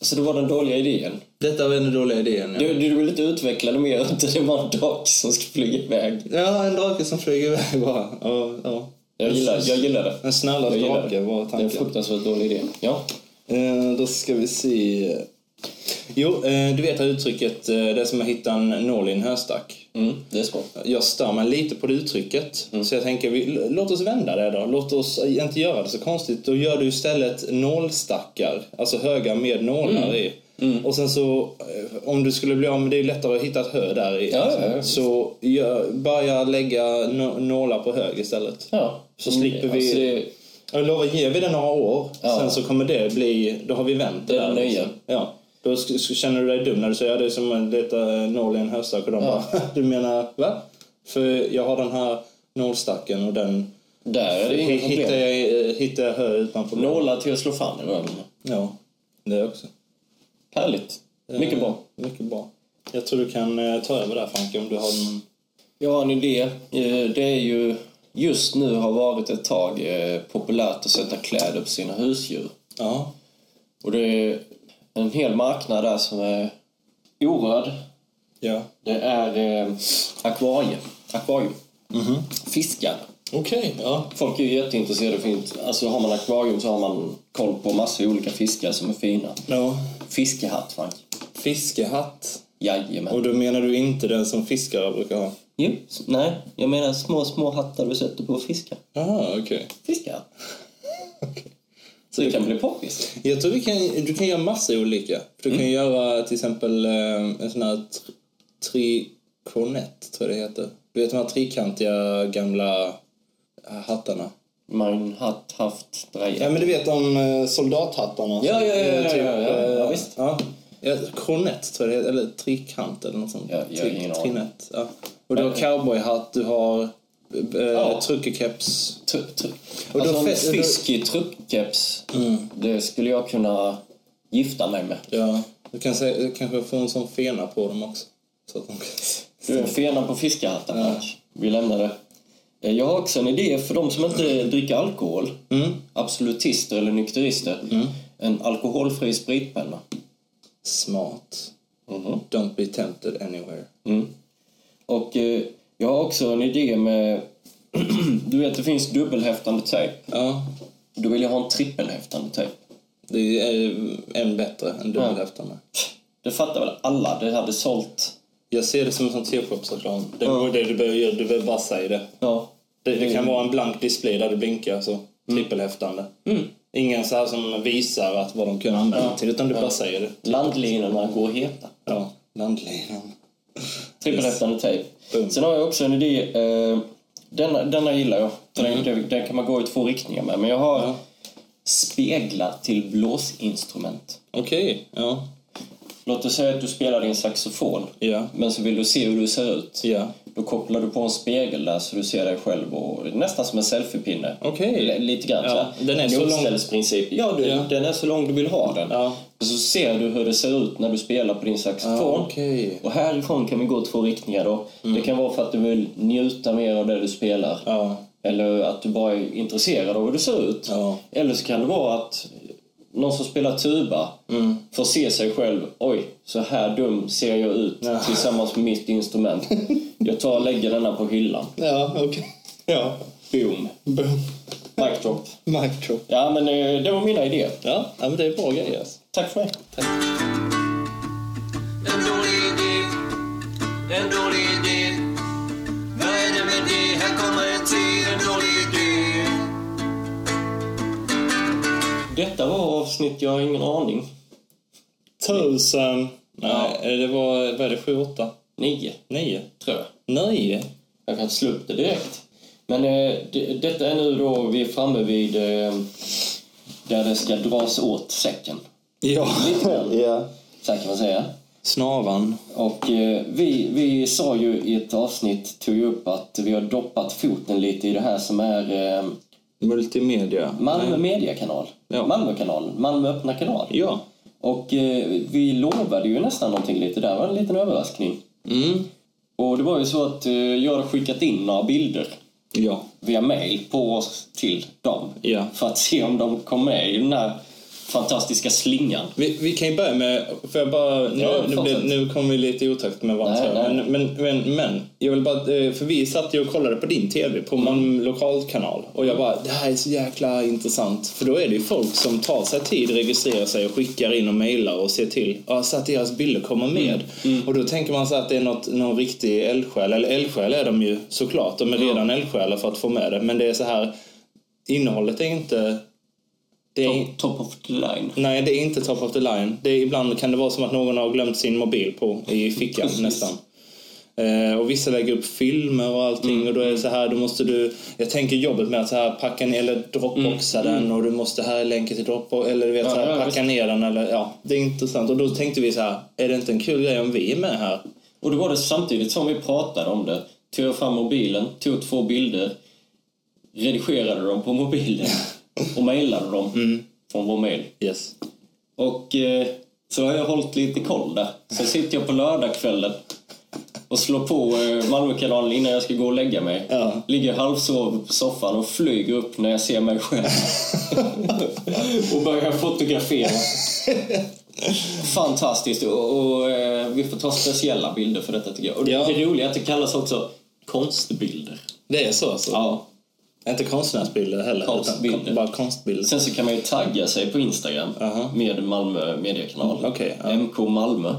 S2: Så det var den dåliga idén.
S1: Detta var den dåliga idén. Ja.
S2: Du, du vill inte utveckla det mer [laughs] utan det var en drake som ska flyga iväg.
S1: Ja, en drake som flyger iväg bara. Ja, ja.
S2: Jag gillar, jag gillar det.
S1: En snällast
S2: Jag gillar
S1: drake var
S2: Det är en
S1: tanken.
S2: fruktansvärt dålig idé. Ja.
S1: Eh, då ska vi se. Jo, eh, du vet det här uttrycket eh, det är som att hitta en nål i en höstack.
S2: Mm, det är smart.
S1: Jag stör mig lite på det uttrycket.
S2: Mm.
S1: Så jag tänker, vi, l- låt oss vända det då. Låt oss inte göra det så konstigt. Då gör du istället nålstackar. Alltså höga med nålar
S2: Mm.
S1: i. Och sen så, eh, om du skulle bli av med det är ju lättare att hitta ett hö där i.
S2: Ja, ja, ja.
S1: Så gör, börja lägga nå- nålar på hög istället.
S2: Ja.
S1: Så slipper vi-
S2: Alltså, det-
S1: Jag lovar, ger vi det några år,
S2: Ja.
S1: sen så kommer det bli... Då har vi vänt
S2: Det är det nya.
S1: Ja. Då sk- sk- känner du dig dum när du säger ja, det är som att leta nål i en höstack och de
S2: Ja.
S1: bara, [laughs] du menar va? För jag har den här nålstacken och den
S2: Där är det inga
S1: hittar
S2: problem.
S1: jag, eh, hittar jag hö utan problem.
S2: Nålar till att slå fan i röven.
S1: Ja, det också.
S2: Härligt. Mycket bra.
S1: Mycket bra. Jag tror du kan eh, ta över där Frank om du har någon...
S2: Jag har en idé. Eh, Det är ju just nu har varit ett tag eh, populärt att sätta kläder på sina husdjur.
S1: Ja.
S2: Och det är en hel marknad där som är orörd.
S1: Ja.
S2: Det är eh, akvarie. akvarium.
S1: Mhm.
S2: Fiskar.
S1: Okej, ja.
S2: Folk är ju jätteintresserade. För, alltså har man akvarium så har man koll på massor olika fiskar som är fina.
S1: ja.
S2: Fiskehatt, Frank.
S1: Fiskehatt.
S2: Jajamän.
S1: Och då menar du inte den som fiskare brukar ha?
S2: Jo, s- nej, jag menar små, små hattar du sätter på fiskar.
S1: Jaha, okej. [laughs]
S2: Fiskar? Så det kan bli poppis.
S1: Jag tror vi kan, du kan göra massa olika. Du kan göra till exempel eh, en sån här tr- trikornett, tror jag det heter. Du vet de här trekantiga gamla eh, hattarna?
S2: Mein hatt haft
S1: Ja,
S2: dreje.
S1: men du vet de eh, soldathattarna?
S2: Ja,
S1: som
S2: ja, ja,
S1: är
S2: ja, ja, ja.
S1: eh,
S2: Ja, visst.
S1: Ja. Ja, kornett tror jag det heter, eller trikant eller något sånt.
S2: Ja, jag har ingen aning.
S1: Trinett, ja. Och du har cowboyhatt, du har eh,
S2: Ja.
S1: truckerkeps.
S2: Tru- tru-
S1: Och då Mm.
S2: Alltså en
S1: fäst-
S2: fisk i truppkeps, det skulle jag kunna gifta mig med.
S1: Ja. Du kan se, kanske få en sån fena på dem också. Så att de kan...
S2: Du är fenan på fiskarhattar, Frank. Vi lämnar det. Eh, Jag har också en idé för de som inte dricker alkohol,
S1: Mm.
S2: absolutister eller nykterister. En alkoholfri spritpenna.
S1: Smart. Don't be tempted anywhere.
S2: Och eh, jag har också en idé med [clears throat] Du vet, det finns dubbelhäftande tejp.
S1: Ja,
S2: Då vill jag ha en trippelhäftande tejp.
S1: det är än bättre än dubbelhäftarna.
S2: Det fattar väl alla? Det hade sålt...
S1: Jag ser det som en sån t-shopsreklam. Det är det du behöver göra, du behöver bara säga det.
S2: Ja.
S1: Det, det kan vara en blank display där det blinkar så. Trippelhäftande. Ingen så här som visar att vad de kan använda till utan du bara säger det.
S2: Landlinorna går heta.
S1: Ja, landlinan.
S2: Trippelhäftande Typ tejp.
S1: Boom.
S2: Sen har jag också en idé. Eh, denna, denna gillar jag. för
S1: Mm.
S2: Den, den, den kan man gå i två riktningar med. Men jag har speglar till blåsinstrument.
S1: Okej, ja.
S2: Låt oss säga att du spelar din saxofon.
S1: Ja.
S2: Men så vill du se hur du ser ut.
S1: Ja.
S2: Då kopplar du på en spegel där så du ser dig själv och nästan som en selfiepinne.
S1: Okej.
S2: L- Lite grann
S1: Ja,
S2: så här.
S1: den är så lång.
S2: Uppställningsprincip. Ja, du,
S1: Ja.
S2: den är så lång du vill ha den.
S1: Ja.
S2: Och så ser du hur det ser ut när du spelar på din saxofon.
S1: Ja, Ah, okej.
S2: Och härifrån kan vi gå två riktningar då. Det kan vara för att du vill njuta mer av det du spelar.
S1: Ja.
S2: Eller att du bara är intresserad av hur det ser ut.
S1: Ja.
S2: Eller så kan det vara att någon som spelar tuba
S1: Mm.
S2: får se sig själv. Oj, så här dum ser jag ut tillsammans med
S1: [laughs]
S2: mitt instrument. Jag tar och lägger denna på hyllan.
S1: Ja, okej. Ja.
S2: Boom.
S1: Boom.
S2: Mic drop.
S1: Mic drop.
S2: Ja, men eh, det var mina idéer.
S1: Ja, ja, men det är bra grejer. alltså.
S2: Tack för mig.
S7: En dålig idé, en dålig idé. Vad är det med det? Här kommer en till, en dålig idé.
S2: Detta var avsnitt jag har ingen aning.
S1: Tusen. Nej, eh, det var, vad är det, sju, åtta?
S2: Nio,
S1: Nio?
S2: tror jag.
S1: Nio?
S2: Jag kan slå upp det direkt. Men eh, det, detta är nu då vi är framme vid eh, där det ska dras åt säcken.
S1: Ja.
S6: Ja.
S2: Så här kan man säga.
S1: Snavan.
S2: Och eh, vi, vi sa ju i ett avsnitt, tog ju upp att vi har doppat foten lite i det här som är eh,
S1: Multimedia.
S2: Malmö mediekanal.
S1: Ja.
S2: Malmö kanal. Malmö öppna kanal.
S1: Ja.
S2: Och eh, vi lovade ju nästan någonting lite där. Det var en liten överraskning.
S1: Mm.
S2: Och det var ju så att eh, jag hade skickat in några bilder
S1: Ja.
S2: via mail på oss till dem.
S1: Ja.
S2: För att se om de kom med i den här fantastiska slingan.
S1: Vi, vi kan ju börja med, för jag bara, nu,
S2: Ja,
S1: nu,
S2: fortsätt.
S1: blev, nu kommer vi lite i otakt med varandra.
S2: Nej,
S1: här.
S2: nej.
S1: Men, men, men, men, jag vill bara, eh, för vi satt ju och kollade på din TV, på någon lokalkanal. Och jag bara, det här är så jäkla intressant. För då är det ju folk som tar sig tid, registrerar sig och skickar in och mejlar och ser till ja, så att deras bilder kommer
S2: Mm,
S1: med. Och då tänker man sig att det är något, någon riktig eldsjäl, eller eldsjäl är de ju såklart, de är redan eldsjälar för att få med det. Men det är så här, innehållet är inte... Det är,
S2: Top, top of the line.
S1: Nej, det är inte top of the line. Det är, ibland kan det vara som att någon har glömt sin mobil på i fickan nästan. Eh, och vissa lägger upp filmer och allting
S2: Mm.
S1: och då är det så här, då måste du... Jag tänker jobbet med att så här, packa ner eller dropboxa den och du måste här är länken till dropbox eller du vet, så här,
S2: Mm. ja,
S1: packa
S2: visst.
S1: ner den eller ja. Det är intressant och då tänkte vi så här, är det inte en kul grej om vi är med här?
S2: Och då var det samtidigt som vi pratade om det. Tog jag fram mobilen, tog två bilder, redigerade dem på mobilen och mejlade dem från vår mail.
S1: Yes.
S2: Och eh, så har jag hållit lite koll där. Så sitter jag på lördagskvällen och slår på eh, Malmökanalen innan jag ska gå och lägga mig.
S1: Ja.
S2: Ligger halvsover på soffan och flyger upp när jag ser
S1: [laughs]
S2: mig själv. och börjar fotografera. Fantastiskt. Och, och eh, vi får ta speciella bilder för detta tycker jag. Och det,
S1: Ja.
S2: det roliga är att det kallas också konstbilder.
S1: Det är så alltså?
S2: Ja.
S1: Inte konstnärsbilder heller? utan
S2: Konstbilder.
S1: kon- Bara konstbilder?
S2: Sen så kan man ju tagga sig på Instagram
S1: Aha. Mm,
S2: med Malmö mediekanal.
S1: Okej, ja. Mhm.
S2: MK Malmö.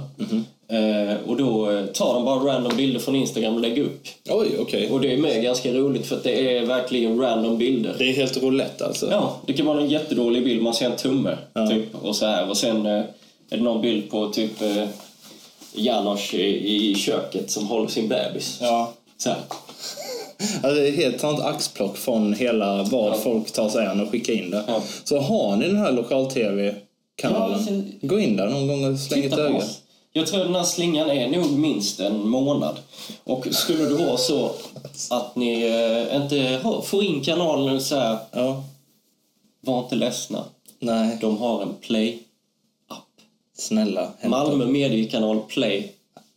S2: Eh, och då eh, tar de bara random bilder från Instagram och lägger upp.
S1: Oj, okej.
S2: Och det är med ganska roligt för att det är verkligen random bilder.
S1: Det är helt roulette alltså?
S2: Ja, det kan vara en jättedålig bild, man ser en tumme typ och så här. Och sen eh, är det någon bild på typ eh, Janos i, i köket som håller sin bebis.
S1: ja.
S2: Så här.
S1: Ja, det är helt sant axplock från hela vad folk tar sig an och skickar in det.
S2: Ja.
S1: Så har ni den här lokal-tv-kanalen,
S2: Ja, alltså-
S1: gå in där någon gång och släng ett
S2: Titta på
S1: öga.
S2: oss. Jag tror den här slingan är nog minst en månad. Och skulle det vara så att ni eh, inte har- får in kanalen och så här,
S1: Ja,
S2: var inte ledsna.
S1: nej,
S2: De har en play.
S1: snälla. hämta.
S2: Malmö mediekanal play.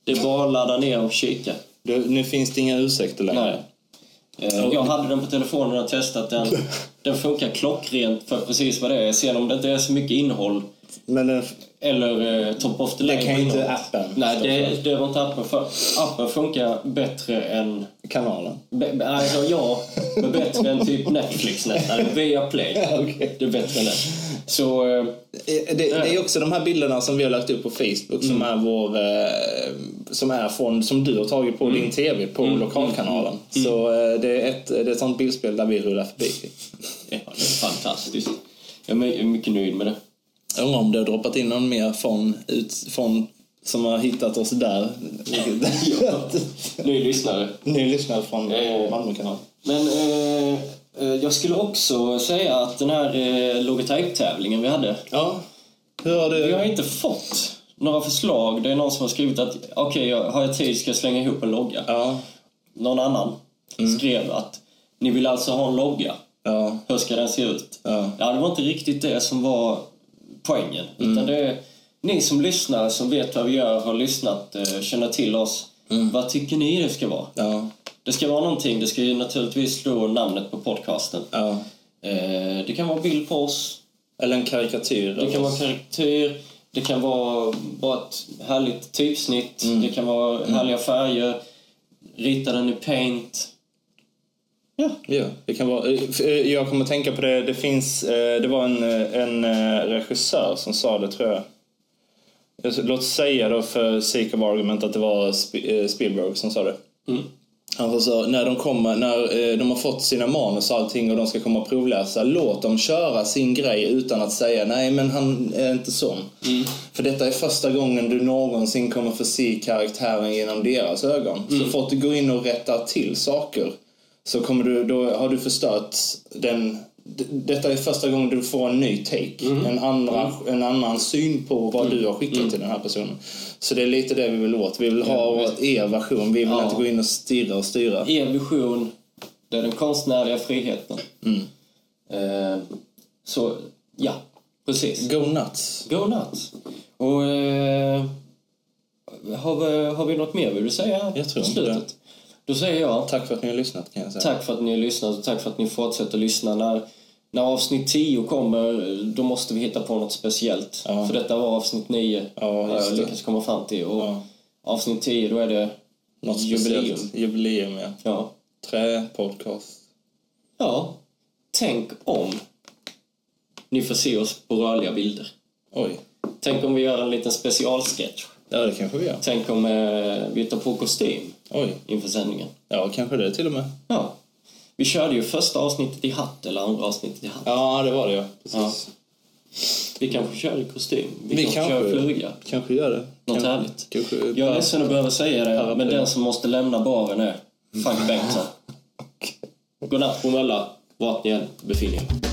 S2: Det är bara att ladda ner och kika.
S1: Du, nu finns det inga ursäkter längre.
S2: Nej. Eh, Jag hade den på telefonen och
S1: [laughs]
S2: testat den. Den funkar klockrent för precis vad det är. Sen om det inte är så mycket innehåll
S1: Men den,
S2: Eller eh, Top of the Line.
S1: Det kan ju
S2: på
S1: inte
S2: något.
S1: appen
S2: Nej,
S1: stå
S2: det, det var inte appen för. Appen funkar bättre än...
S1: Kanalen.
S2: Be, be- alltså ja, men bättre än typ Netflix nästan. Viaplay.
S1: Okej.
S2: Det är bättre än det. Så... Eh,
S1: Eh, Det, det är också de här bilderna som vi har lagt upp på Facebook
S2: Mm.
S1: som är vår... Eh, som är från, som du har tagit på
S2: Mm.
S1: din TV på lokalkanalen. Så eh, det är, ett, det är ett sånt bildspel där vi rullar förbi.
S2: ja, det är fantastiskt. Jag är my- jag är mycket nöjd
S1: [laughs]
S2: med det.
S1: Jag undrar om det har droppat in någon mer från, ut, från som har hittat oss där.
S2: Ny lyssnare.
S1: Ni lyssnar från
S2: Eh.
S1: Malmökanalen.
S2: Men eh, eh, jag skulle också säga att den här eh, logotyptävlingen vi hade.
S1: Ja. Hur har
S2: Vi har
S1: du...
S2: inte fått några förslag. Det är någon som har skrivit att okej, jag har jag tid ska jag slänga ihop en logga.
S1: Ja. Mm.
S2: Någon annan skrev att ni vill alltså ha en logga.
S1: Ja.
S2: Hur ska den se ut?
S1: Ja.
S2: det var inte riktigt det som var poängen.
S1: Mm.
S2: Utan det är ni som lyssnar, som vet vad vi gör, har lyssnat, eh, känner till oss. Vad tycker ni det ska vara?
S1: Mm. Ja.
S2: Det ska vara någonting. Det ska ju naturligtvis stå namnet på podcasten.
S1: Ja.
S2: Eh, det kan vara bild på oss,
S1: Eller en karikatyr.
S2: det kan vara karaktärer, det kan vara bara ett härligt typsnitt,
S1: Mm.
S2: det kan vara härliga färger, rita den i paint.
S1: Ja, det kan vara. eh, f- eh, Jag kommer att tänka på det. Det finns, eh, det var en, eh, en eh, regissör som sa det tror jag. Jag s- Låt säga då för sake of argument att det var Sp- eh, Spielberg som sa det. Han sa Alltså, när de kommer, när eh, de har fått sina manus och allting och de ska komma och provläsa, låt dem köra sin grej utan att säga nej men han är inte sån. För detta är första gången du någonsin kommer få se karaktären genom deras ögon. Så fort du går in och rättar till saker så kommer du, då har du förstört den d- detta är första gången du får en ny take, en, andra, en annan syn på vad du har skickat till den här personen. Så det är lite det vi vill åt. Vi vill ha er version, vi vill inte gå in och stirra och styra.
S2: Er vision, det är den konstnärliga friheten.
S1: Mm.
S2: Eh, så, ja, precis.
S1: Go nuts.
S2: Go nuts! Och, eh, har, vi, har vi något mer vi vill säga
S1: Jag tror
S2: på
S1: inte det.
S2: slutet? Då säger jag
S1: Tack för att ni har lyssnat kan jag säga.
S2: Tack för att ni har lyssnat och tack för att ni fortsätter lyssna. När, när avsnitt 10 kommer, då måste vi hitta på något speciellt.
S1: Ja.
S2: För detta var avsnitt 9,
S1: Ja,
S2: har
S1: just
S2: jag
S1: det.
S2: lyckats komma fram till. Och
S1: Ja.
S2: avsnitt 10, då är det
S1: Något
S2: jubileum.
S1: speciellt. Jubileum, ja.
S2: Ja.
S1: Trä, podcast.
S2: ja, tänk om ni får se oss på rörliga bilder.
S1: Oj.
S2: Tänk om vi gör en liten specialsketch.
S1: Ja, det kanske vi gör.
S2: Tänk om eh, vi tar på kostym
S1: Oj.
S2: inför sändningen.
S1: Ja, kanske det till och med.
S2: Ja. Vi körde ju första avsnittet i hatt, eller andra avsnittet i hatt.
S1: Ja, det var det ja. Precis.
S2: Vi kanske kör i kostym. Vi,
S1: Vi
S2: kanske,
S1: kanske-
S2: kör fluga.
S1: Kanske gör det.
S2: Något
S1: Kan-
S2: härligt.
S1: Kanske...
S2: Jag är ledsen att behöva säga det, men
S1: Paraply.
S2: den som måste lämna baren är Frank Bengtsson. Godnatt Bromölla, vart ni än befinner er.